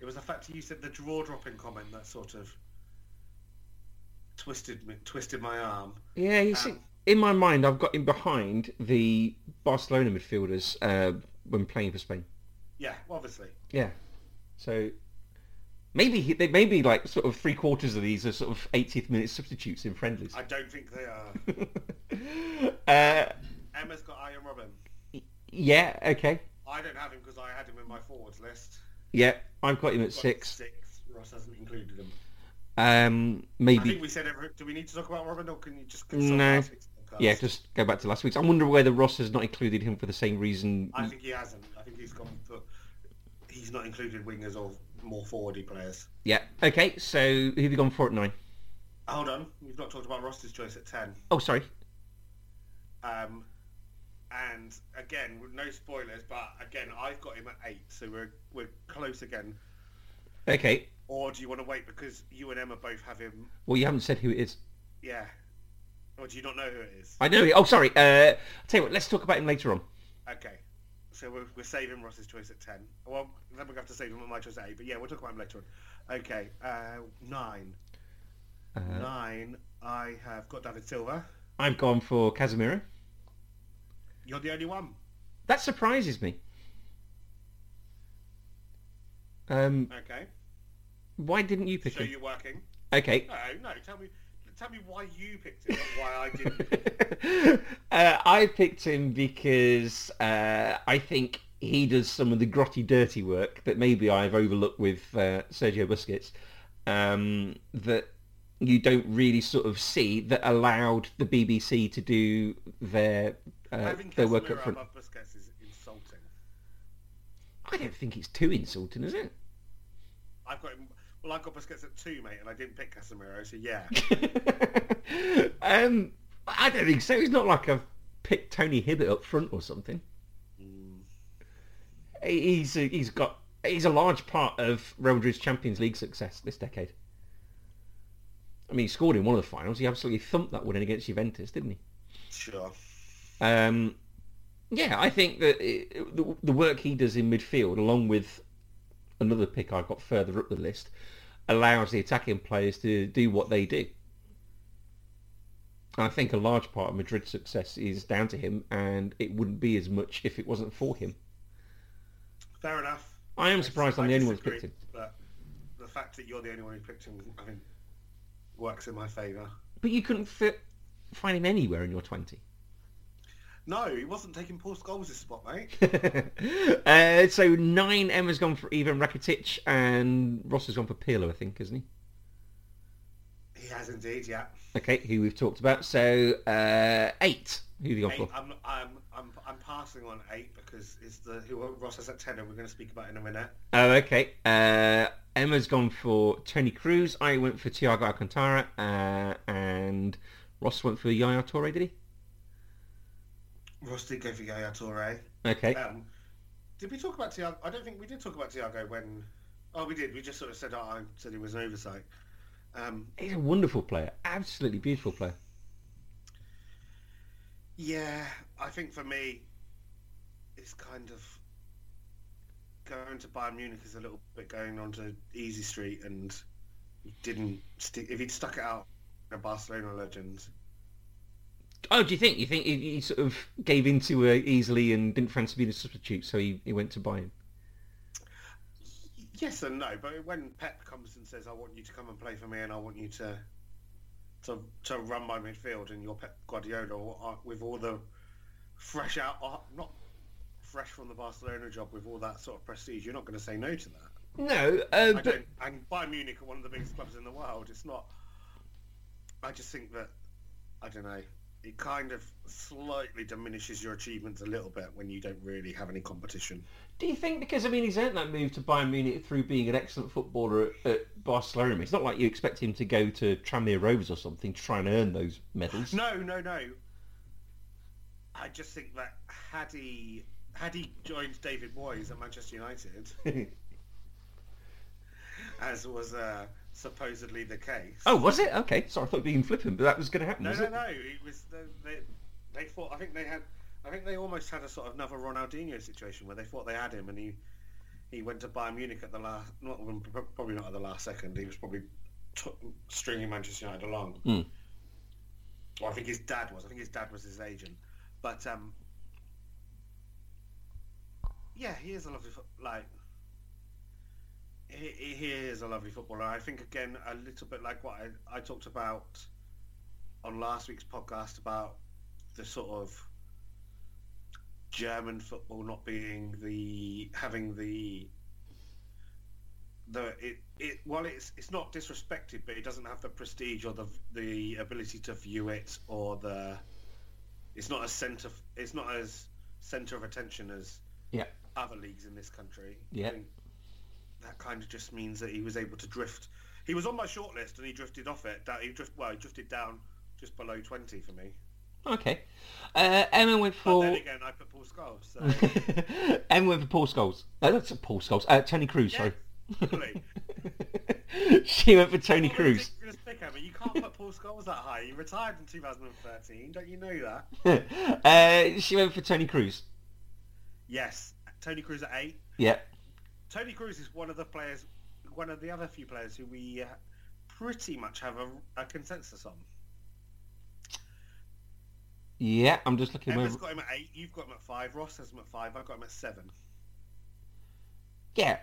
it was the fact that you said the draw dropping comment that sort of twisted me, twisted my arm. Yeah, he's Um, in my mind. I've got him behind the Barcelona midfielders uh, when playing for Spain. Yeah, obviously. Yeah, so maybe he, they maybe like sort of three quarters of these are sort of 80th minute substitutes in friendlies. I don't think they are. <laughs> uh, Emma's got Iron Robin. yeah, okay, I don't have him because I had him in my forwards list. yeah, I've got him at Got six. Six. Ross hasn't included him. Um, I think maybe we said. Every, do we need to talk about Robin, or can you just? No. consult last week's podcast? yeah. Just go back to last week's. I wonder whether Ross has not included him for the same reason. I think he hasn't. I think he's gone for. He's not included wingers or more forwardy players. Yeah. Okay. So who have you gone for at nine? Hold on, we've not talked about Ross's choice at ten. Oh, sorry. Um, and again, no spoilers, but again, I've got him at eight, so we're we're close again. Okay. Or do you want to wait because you and Emma both have him? Well, you haven't said who it is. Yeah. Or do you not know who it is? I know. Oh, sorry. Uh, I'll tell you what. Let's talk about him later on. Okay. So we're, we're saving Ross's choice at ten. Well, then we're going to have to save him at my choice at eight. But yeah, we'll talk about him later on. Okay, uh, nine. Uh, Nine. I have got David Silva. I've gone for Casemiro. You're the only one. That surprises me. Um, Okay. why didn't you pick So him? you're working. Okay. No, no. Tell me, tell me why you picked him, not why I didn't. <laughs> uh, I picked him because uh, I think he does some of the grotty, dirty work that maybe I've overlooked with uh, Sergio Busquets um, that you don't really sort of see that allowed the BBC to do their <laughs> uh, Having their Casemiro work up front. above Busquets is insulting. I don't think it's too insulting, is I've got him. Well, I've got Busquets at two, mate, and I didn't pick Casemiro, so yeah. it? <laughs> um, I don't think so. It's not like I've picked Tony Hibbert up front or something. Mm, he's uh, he's got he's a large part of Real Madrid's Champions League success this decade. I mean, he scored in one of the finals. He absolutely thumped that one in against Juventus, didn't he? sure. Um, yeah, I think that it, the, the work he does in midfield, along with another pick I've got further up the list, allows the attacking players to do what they do. And I think a large part of Madrid's success is down to him, and it wouldn't be as much if it wasn't for him. Fair enough. I am surprised I'm I the only one who's disagree, picked him. But the fact that you're the only one who picked him, I think, works in my favour. But you couldn't fit, find him anywhere in your 20. No, he wasn't taking Paul Scholes' spot, mate. <laughs> uh, so nine, Emma's gone for Ivan Rakitic, and Ross has gone for Pirlo, I think, isn't he? He has indeed, yeah. Okay, who we've talked about. So uh, eight, who have you gone Eight, for? I'm, I'm, I'm I'm, I'm passing on eight because it's the who Ross is at ten, and we're going to speak about in a minute. Oh, okay. Uh, Emma's gone for Tony Cruz. I went for Tiago Alcantara, uh, and Ross went for Yaya Toure. Did he? Ross did go for Yaya Toure. Okay. Um, did we talk about Tiago? I don't think we did talk about Tiago when. Oh, we did. We just sort of said, "Oh, I said it was an oversight." Um, He's a wonderful player. Absolutely beautiful player. Yeah, I think for me, it's kind of going to Bayern Munich is a little bit going onto easy street, and he didn't stick. If he'd stuck it out, a Barcelona legend. Oh, do you think? You think he, he sort of gave in to uh, easily and didn't fancy being a substitute, so he, he went to Bayern? Yes and no, but when Pep comes and says, "I want you to come and play for me, and I want you to to to run my midfield," and you're Pep Guardiola or- uh, with all the fresh out, or not fresh from the Barcelona job, with all that sort of prestige, you're not going to say no to that. No, uh, I but don't. And Bayern Munich are one of the biggest clubs in the world. It's not. I just think that I don't know. It kind of slightly diminishes your achievements a little bit when you don't really have any competition. Do you think because I mean he's earned that move to Bayern Munich through being an excellent footballer at, at Barcelona? It's not like you expect him to go to Tranmere Rovers or something to try and earn those medals. No, no, no. I just think that had he had he joined David Moyes at Manchester United, as was uh, supposedly the case. <laughs> oh, was it? Okay, sorry, I thought being flippant, but that was going to happen. No, was no, it? no. It was the, they, they thought. I think they had. I think they almost had a sort of another Ronaldinho situation where they thought they had him, and he he went to Bayern Munich at the last. Not probably not at the last second. He was probably t- stringing Manchester United along. Hmm. Well, I think his dad was. I think his dad was his agent. But um, yeah, he is a lovely fo- like. He, he he is a lovely footballer. I think again a little bit like what I, I talked about on last week's podcast about the sort of German football not being the having the the it, it well it's it's not disrespected but it doesn't have the prestige or the the ability to view it or the it's not as center it's not as center of attention as Yeah. other leagues in this country I Yeah. think that kind of just means that he was able to drift he was on my shortlist and he drifted off it that he drift well he drifted down just below 20 for me Okay, uh, Emma went but for then again I put Paul Scholes so <laughs> Emma went for Paul Scholes. No, that's not Paul Scholes. Uh, Tony Cruz. <laughs> yeah, Sorry. equally. <laughs> she went for Tony What a Cruz. ridiculous pick, Emma. You can't put Paul Scholes that high. He retired in 2013. Don't you know that? <laughs> uh, she went for Tony Cruz. Yes. Tony Cruz at eight. Yeah. Tony Cruz is one of the players, one of the other few players who we uh, pretty much have a, a consensus on. Yeah, I'm just looking. Emma's where- got him at eight. You've got him at five. Ross has him at five. I've got him at seven. Yeah,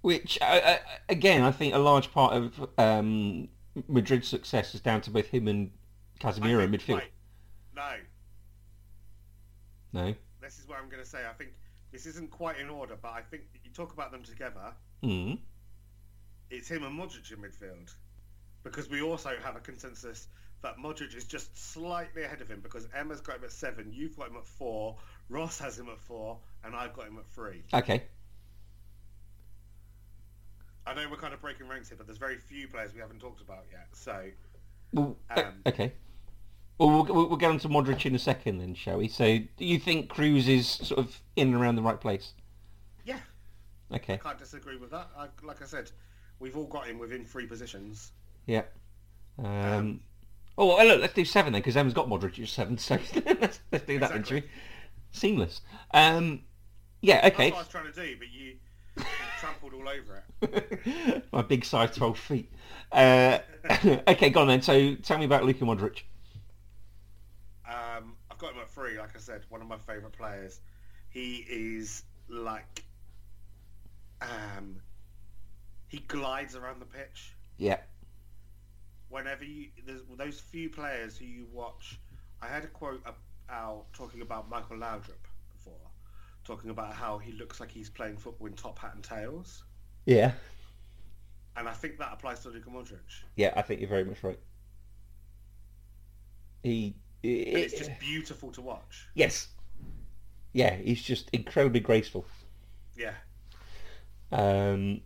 which uh, uh, again, I think a large part of um, Madrid's success is down to both him and I Casemiro in think- midfield. wait, no. No, This is what I'm going to say. I think this isn't quite in order, but I think you talk about them together. mm. it's him and Modric in midfield. Because we also have a consensus that Modric is just slightly ahead of him because Emma's got him at seven, you've got him at four, Ross has him at four, and I've got him at three. okay, I know we're kind of breaking ranks here, but there's very few players we haven't talked about yet. So, well, o- Um, okay. Well, we'll we'll we'll get on to Modric in a second, then, shall we? So, do you think Cruz is sort of in and around the right place? yeah, Okay, can't disagree with that. I, like I said, we've all got him within three positions. yeah. Um, oh, well, look, let's do seven then, because Emma's got Modric at seven, so <laughs> let's, let's do that, then, shall Exactly. we? Seamless. Um, yeah, That's okay. what I was trying to do, but you, you trampled all over it. <laughs> My big size 12 feet. Uh, <laughs> okay, go on then. So tell me about Luka Modric. Um, I've got him at three. Like I said, one of my favourite players. He is like, um, he glides around the pitch. Yeah. Whenever you there's those few players who you watch, I had a quote ab- out talking about Michael Laudrup before, talking about how he looks like he's playing football in top hat and tails, Yeah. and I think that applies to Luka Modric. Yeah, I think you're very much right. He... And it's just beautiful to watch. Yes. yeah, he's just incredibly graceful. Yeah, Um,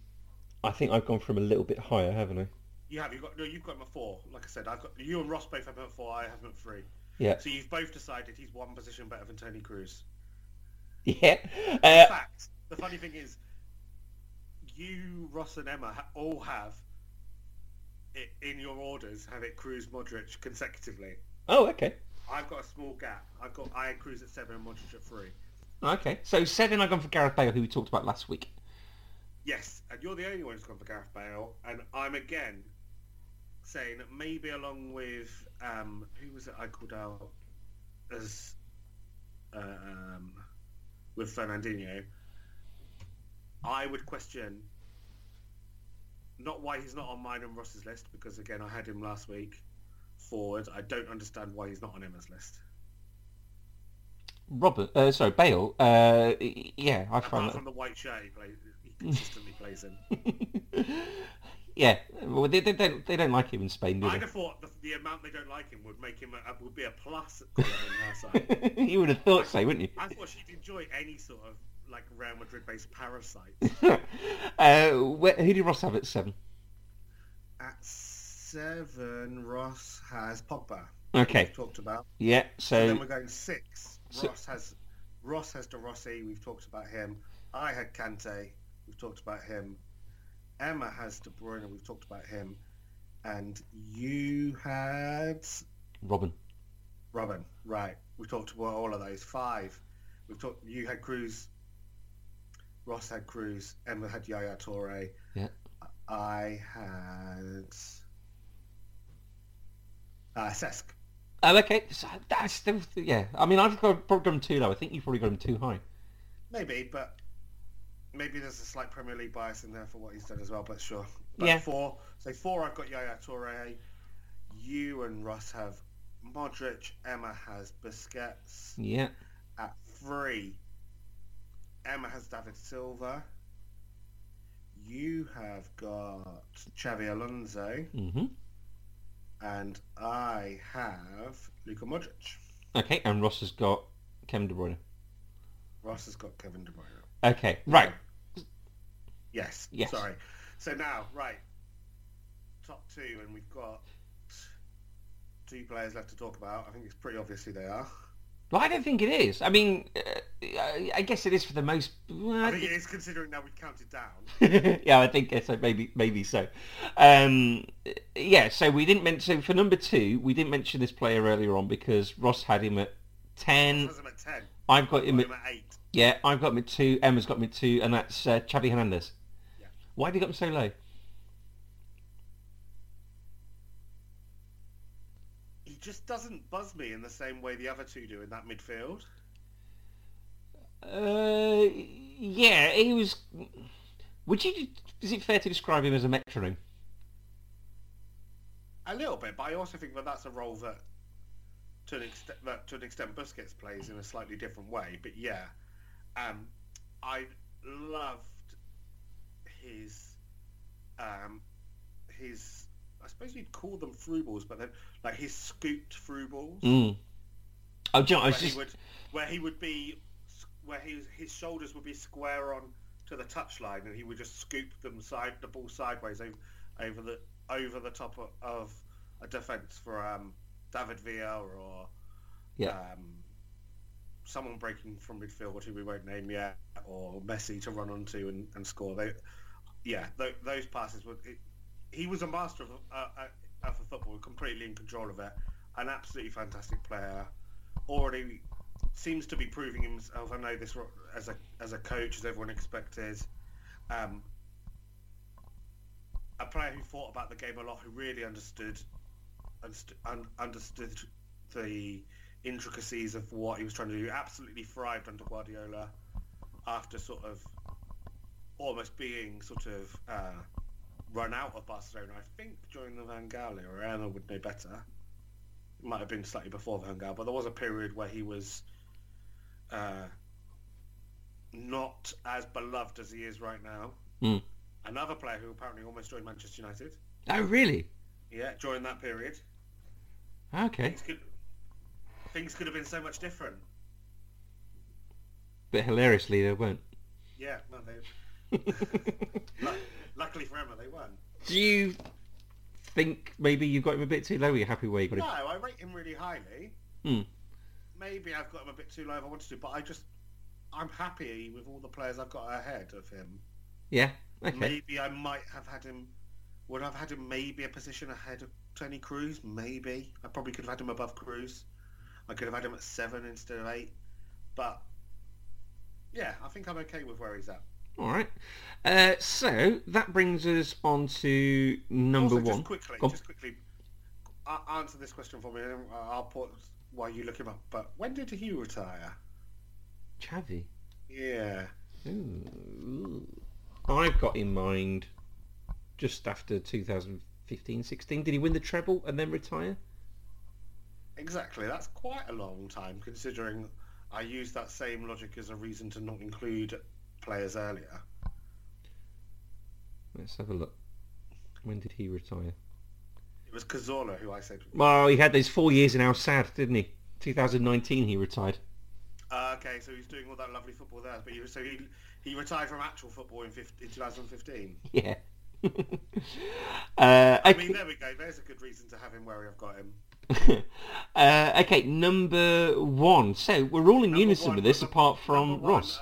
I think I've gone from a little bit higher, haven't I? <laughs> you have. You got no. You've got him at four. Like I said, I've got you and Ross both have him at four. I have him at three. Yeah. So you've both decided he's one position better than Tony Cruz. Yeah. Uh, fact, the funny thing is, you, Ross, and Emma ha- all have it in your orders. Have it Cruz, Modric consecutively. oh, okay. I've got a small gap. I've got I had Cruz at seven and Modric at three. Okay. So seven, I've gone for Gareth Bale, who we talked about last week. Yes, and you're the only one who's gone for Gareth Bale, and I'm again saying that maybe along with um, who was it I called out as um, with Fernandinho, I would question not why he's not on mine and Ross's list because again I had him last week forward. I don't understand why he's not on Emma's list. Robert, uh, sorry, Bale. Uh, y- yeah, I Apart find from the white shirt he plays, he consistently plays in. that. <laughs> yeah. Well, they, they, don't, they don't like him in Spain, do I'd they? have thought the, the amount they don't like him would make him a, would be a plus on her <laughs> side. <laughs> you would have thought so, wouldn't I thought she'd enjoy any sort of like Real Madrid based parasite. you? <laughs> uh, where, who did Ross have at seven? At seven, Ross has Pogba. Okay. We've talked about. Yeah. So So then we're going six. So- Ross has Ross has De Rossi. We've talked about him. I had Kante. We've talked about him. Emma has De Bruyne. We've talked about him. And you had Robin. Robin, right. We talked about all of those five. We talked. You had Cruz. Ross had Cruz. Emma had Yaya Torre. Yeah. I had uh, Sesk. Oh, okay. So that's still, yeah. I mean, I've got, probably got him too low. I think you've probably got him too high. Maybe, but maybe there's a slight Premier League bias in there for what he's done as well. But sure. But Yeah. Four. So four. I've got Yaya Torre. You and Ross have Modric. Emma has Busquets. Yeah. at three. Emma has David Silva. You have got Xavi Alonso, hmm and I have Luka Modric. Okay, and Ross has got Kevin De Bruyne. Ross has got Kevin De Bruyne. Okay, right. Yes. Yes. Sorry. So now, right, top two, and we've got two players left to talk about. I think it's pretty obvious who they are. Well, I don't think it is. I mean, uh, I I guess it is for the most. well, I think it is considering now we've counted down. <laughs> yeah, I think so. Maybe, maybe so. Um, yeah. So we didn't mention for number two. We didn't mention this player earlier on because Ross had him at ten. Has him at ten. I've got Got him at him at eight. yeah. I've got him at two. Emma's got me at two, and that's uh, Chavi Hernandez. Yeah. Why have you got him so low? He just doesn't buzz me in the same way the other two do in that midfield. Uh, yeah, he was. Would you? Is it fair to describe him as a metronome? A little bit, but I also think that that's a role that, to an extent, that to an extent, Busquets plays in a slightly different way. But yeah, um, I loved his, um, his. I suppose you'd call them through balls, but then like his scooped through balls, Mm. Oh, do you know, I where was he just would, where he would be, where his his shoulders would be square on to the touchline, and he would just scoop them side the ball sideways over, over the over the top of, of a defence for um, David Villa or Yeah. um, someone breaking from midfield who we won't name yet, or Messi to run onto and, and score. They, yeah, th- those passes would. It, he was a master of, uh, uh, of football, completely in control of it. An absolutely fantastic player. Already seems to be proving himself. I know this ro- as a as a coach, as everyone expected. Um, a player who thought about the game a lot, who really understood underst- un- understood the intricacies of what he was trying to do. Absolutely thrived under Guardiola after sort of almost being sort of uh, run out of Barcelona. I think during the Van Gaal era, Emma would know better. It might have been slightly before Van Gaal, but there was a period where he was uh, not as beloved as he is right now. Hmm. Another player who apparently almost joined Manchester United. Oh, really? Yeah, during that period, Okay. things could things could have been so much different. But hilariously, they <laughs> won't. Yeah, no, they. lu- luckily for Emma, they won. Do you think maybe you got him a bit too low? Are you happy where you got No, him? I rate him really highly. Hmm. Maybe I've got him a bit too low if I wanted to, but I just I'm happy with all the players I've got ahead of him. Yeah. Okay. Maybe I might have had him. Would I've had him maybe a position ahead of Tony Cruz? Maybe I probably could have had him above Cruz. I could have had him at seven instead of eight. But yeah, I think I'm okay with where he's at. All right. Uh, so that brings us on to number also, one. Just quickly, Go on. just quickly, a- answer this question for me. and I'll- I'll put while you look him up. But when did Hugh retire? Chavi. Yeah. Ooh. I've got in mind just after 2015-16. Did he win the treble and then retire? Exactly. That's quite a long time, considering I used that same logic as a reason to not include players earlier. Let's have a look. When did he retire? It was Cazorla who I said. Well, he had those four years in Al Sadd, didn't he? 2019 he retired. <laughs> Uh, okay, so he's doing all that lovely football there, but he, so he he retired from actual football in, 15, in 2015. Yeah. <laughs> uh, I okay. mean, there we go. There's a good reason to have him where I've got him. <laughs> uh, okay, number one. So we're all in Number unison one- with this, number- apart from number one, Ross.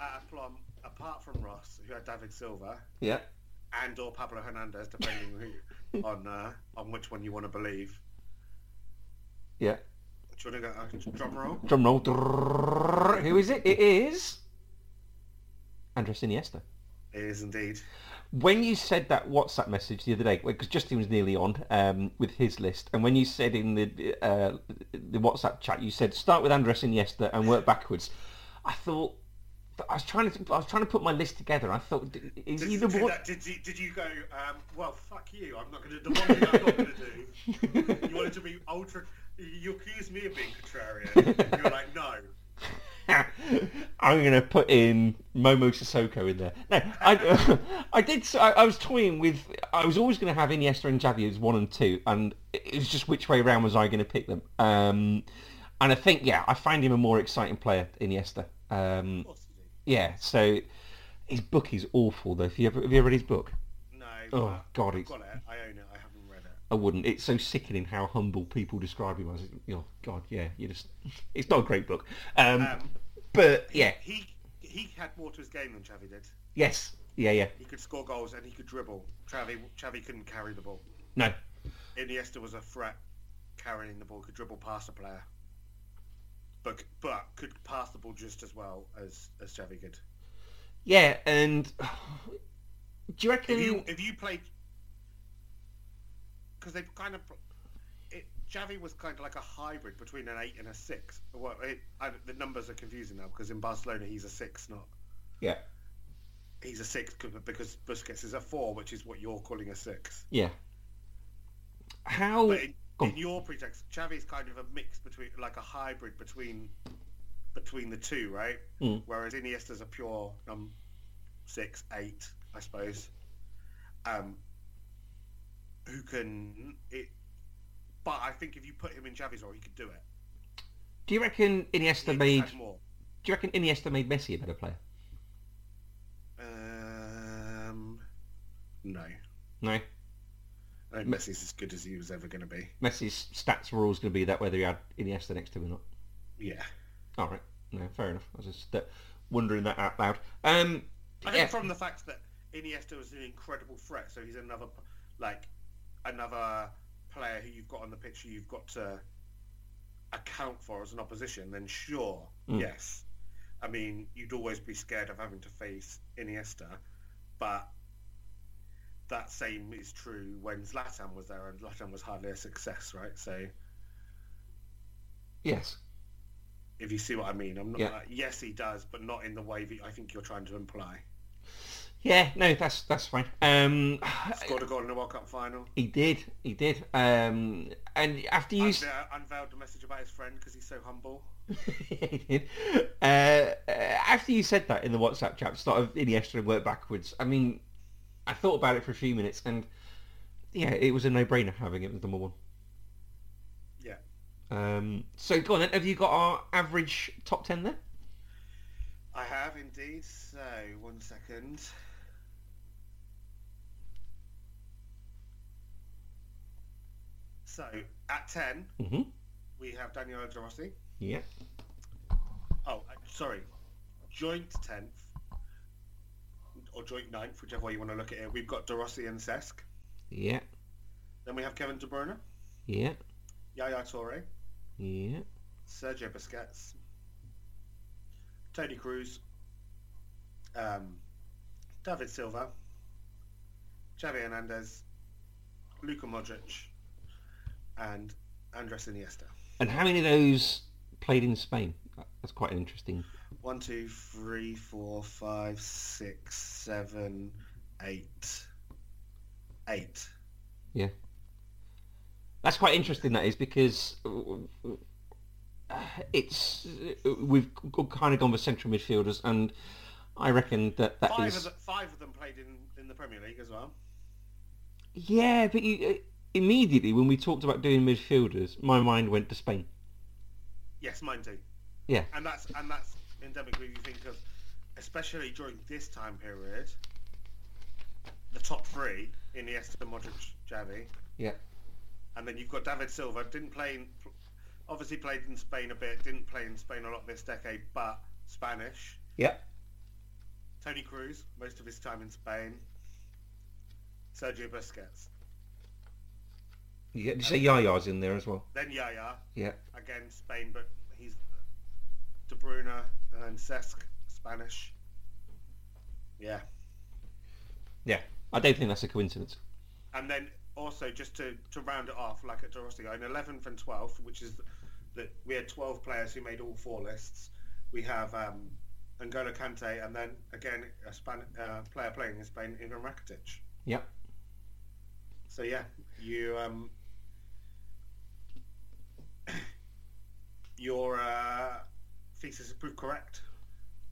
uh, uh, from, apart from Ross, who had David Silva Yeah. and or Pablo Hernandez, depending <laughs> who, on uh, on which one you want to believe. Yeah. Do you want to go uh, drum roll? Drum roll. Drrrr. Who is it? It is Andres Iniesta. It is indeed. When you said that WhatsApp message the other day, because Justin was nearly on um, with his list, and when you said in the uh, the WhatsApp chat, you said start with Andres Iniesta and work backwards. I thought I was trying to I was trying to put my list together. I thought d- is Did, he the did one? that- did you, did you go, um, well, fuck you, I'm not going to do the one thing I'm not going to do. You wanted to be ultra... You accused me of being contrarian. You were like, no. I'm gonna put in Momo Sissoko in there. No, I, <laughs> I did. s- I, I was toying with. I was always gonna have Iniesta and Xavi as one and two, and it was just which way around was I gonna pick them. Um, and I think yeah, I find him a more exciting player, Iniesta. Um, Of course you do. yeah, so his book is awful though. Have you ever, have you ever read his book? No. Oh, but God, I've it's- got it. I own it. I haven't read it. I wouldn't. It's so sickening how humble people describe him as. Oh God, yeah, you just. <laughs> It's not a great book. Um, Um, but yeah, He he had more to his game than Chavi did. yes, yeah, yeah. He could score goals and he could dribble. Chavi Chavi couldn't carry the ball. No, Iniesta was a threat carrying the ball, could dribble past a player, but but could pass the ball just as well as as Chavi could. Yeah, and do you reckon? If you if you played, because they kind of it, Javi was kind of like a hybrid between an eight and a six. Well, it, I, the numbers are confusing now because in Barcelona he's a six, not Yeah, he's a six c- because Busquets is a four, which is what you're calling a six. yeah. How? But in, Oh. Go on. in your pretext, Xavi's kind of a mix between, like a hybrid between between the two, right? Mm. Whereas Iniesta's a pure um, six, eight, I suppose. Um, who can it? But I think if you put him in Xavi's role, he could do it. Do you reckon He Iniesta just made? had more. Do you reckon Iniesta made Messi a better player? Um, no, No, I think Messi's as good as he was ever going to be. Messi's stats were always going to be that whether he had Iniesta next to him or not. Yeah. All right, no, fair enough. I was just uh, wondering that out loud. Um, I yeah, think from the fact that Iniesta was an incredible threat, so he's another p- like another player who you've got on the pitch who you've got to account for as an opposition. Then sure, Mm. yes, I mean you'd always be scared of having to face Iniesta, but that same is true when Zlatan was there, and Zlatan was hardly a success, right? So yes, if you see what I mean, I'm not. Yeah. uh, yes, he does, but not in the way that I think you're trying to imply. yeah. No, that's that's fine. Um, <sighs> Scored a goal in the World Cup final. he did, he did. Um, and after you, s- Unve- unveiled a message about his friend because he's so humble. <laughs> uh, after you said that in the WhatsApp chat, start of Iniesta and work backwards. I mean, I thought about it for a few minutes, and yeah, it was a no-brainer having it as number one. Yeah. Um, so go on then. Have you got our average top ten there? Uh, I have indeed. So one second. So at 10 Mm-hmm. we have Daniel Rossi. Yeah. Oh, uh, sorry, joint tenth or joint ninth, whichever way you want to look at it. We've got Dorossi and Sesk. Yeah. Then we have Kevin De Bruyne, Yeah. Yaya Torre, Yeah. Sergio Busquets, Tony Cruz, um, David Silva, Xavi Hernandez, Luka Modric, and Andres Iniesta. And how many of those played in Spain? That's quite an interesting. One, two, three, four, five, six, seven, eight. Eight. That's quite interesting. That is because uh, it's uh, we've g- kind of gone with central midfielders, and I reckon that that is. Five, of the, five of them played in, in the Premier League as well. Yeah, but you, uh, immediately when we talked about doing midfielders, my mind went to Spain. Yes, mine too. Yeah. And that's and that's endemically you think of, especially during this time period, the top three in the Esther Modric Javi, Yeah. and then you've got David Silva. Didn't play, in, obviously played in Spain a bit. Didn't play in Spain a lot this decade, but Spanish. Yeah. Tony Cruz, most of his time in Spain. Sergio Busquets. Yeah. Did you say Yaya's in there as well? Then Yaya, Yeah. again Spain, but he's De Bruyne and Cesc, Spanish. Yeah. Yeah. I don't think that's a coincidence. And then also just to, to round it off, like at Dorothy, in eleventh and twelfth, which is that we had twelve players who made all four lists. We have um, N'Golo Kante, and then again a Span- uh, player playing in Spain, Ivan Rakitic. Yeah. So yeah, you um, <coughs> your uh, thesis is proved correct.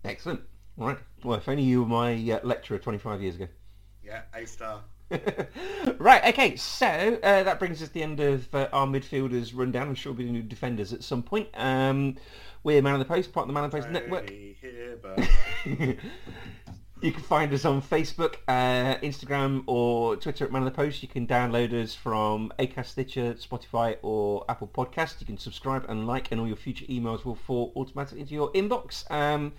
Excellent. All right. Well, if only you were my uh, lecturer 25 years ago. Yeah, A star. <laughs> right, okay, so uh, that brings us to the end of uh, our midfielders rundown. I'm sure we'll be doing defenders at some point. Um, we're Man of the Post, part of the Man of the Post network. Only here, but you can find us on Facebook, uh, Instagram or Twitter at Man of the Post. You can download us from Acast, Stitcher, Spotify or Apple Podcast. You can subscribe and like and all your future emails will fall automatically into your inbox. Um,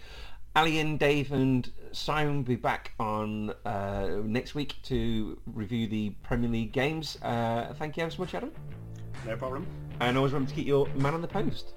Ali and Dave and Simon will be back on uh, next week to review the Premier League games. Uh, thank you ever so much, Adam. no problem. And always remember to keep your man on the post.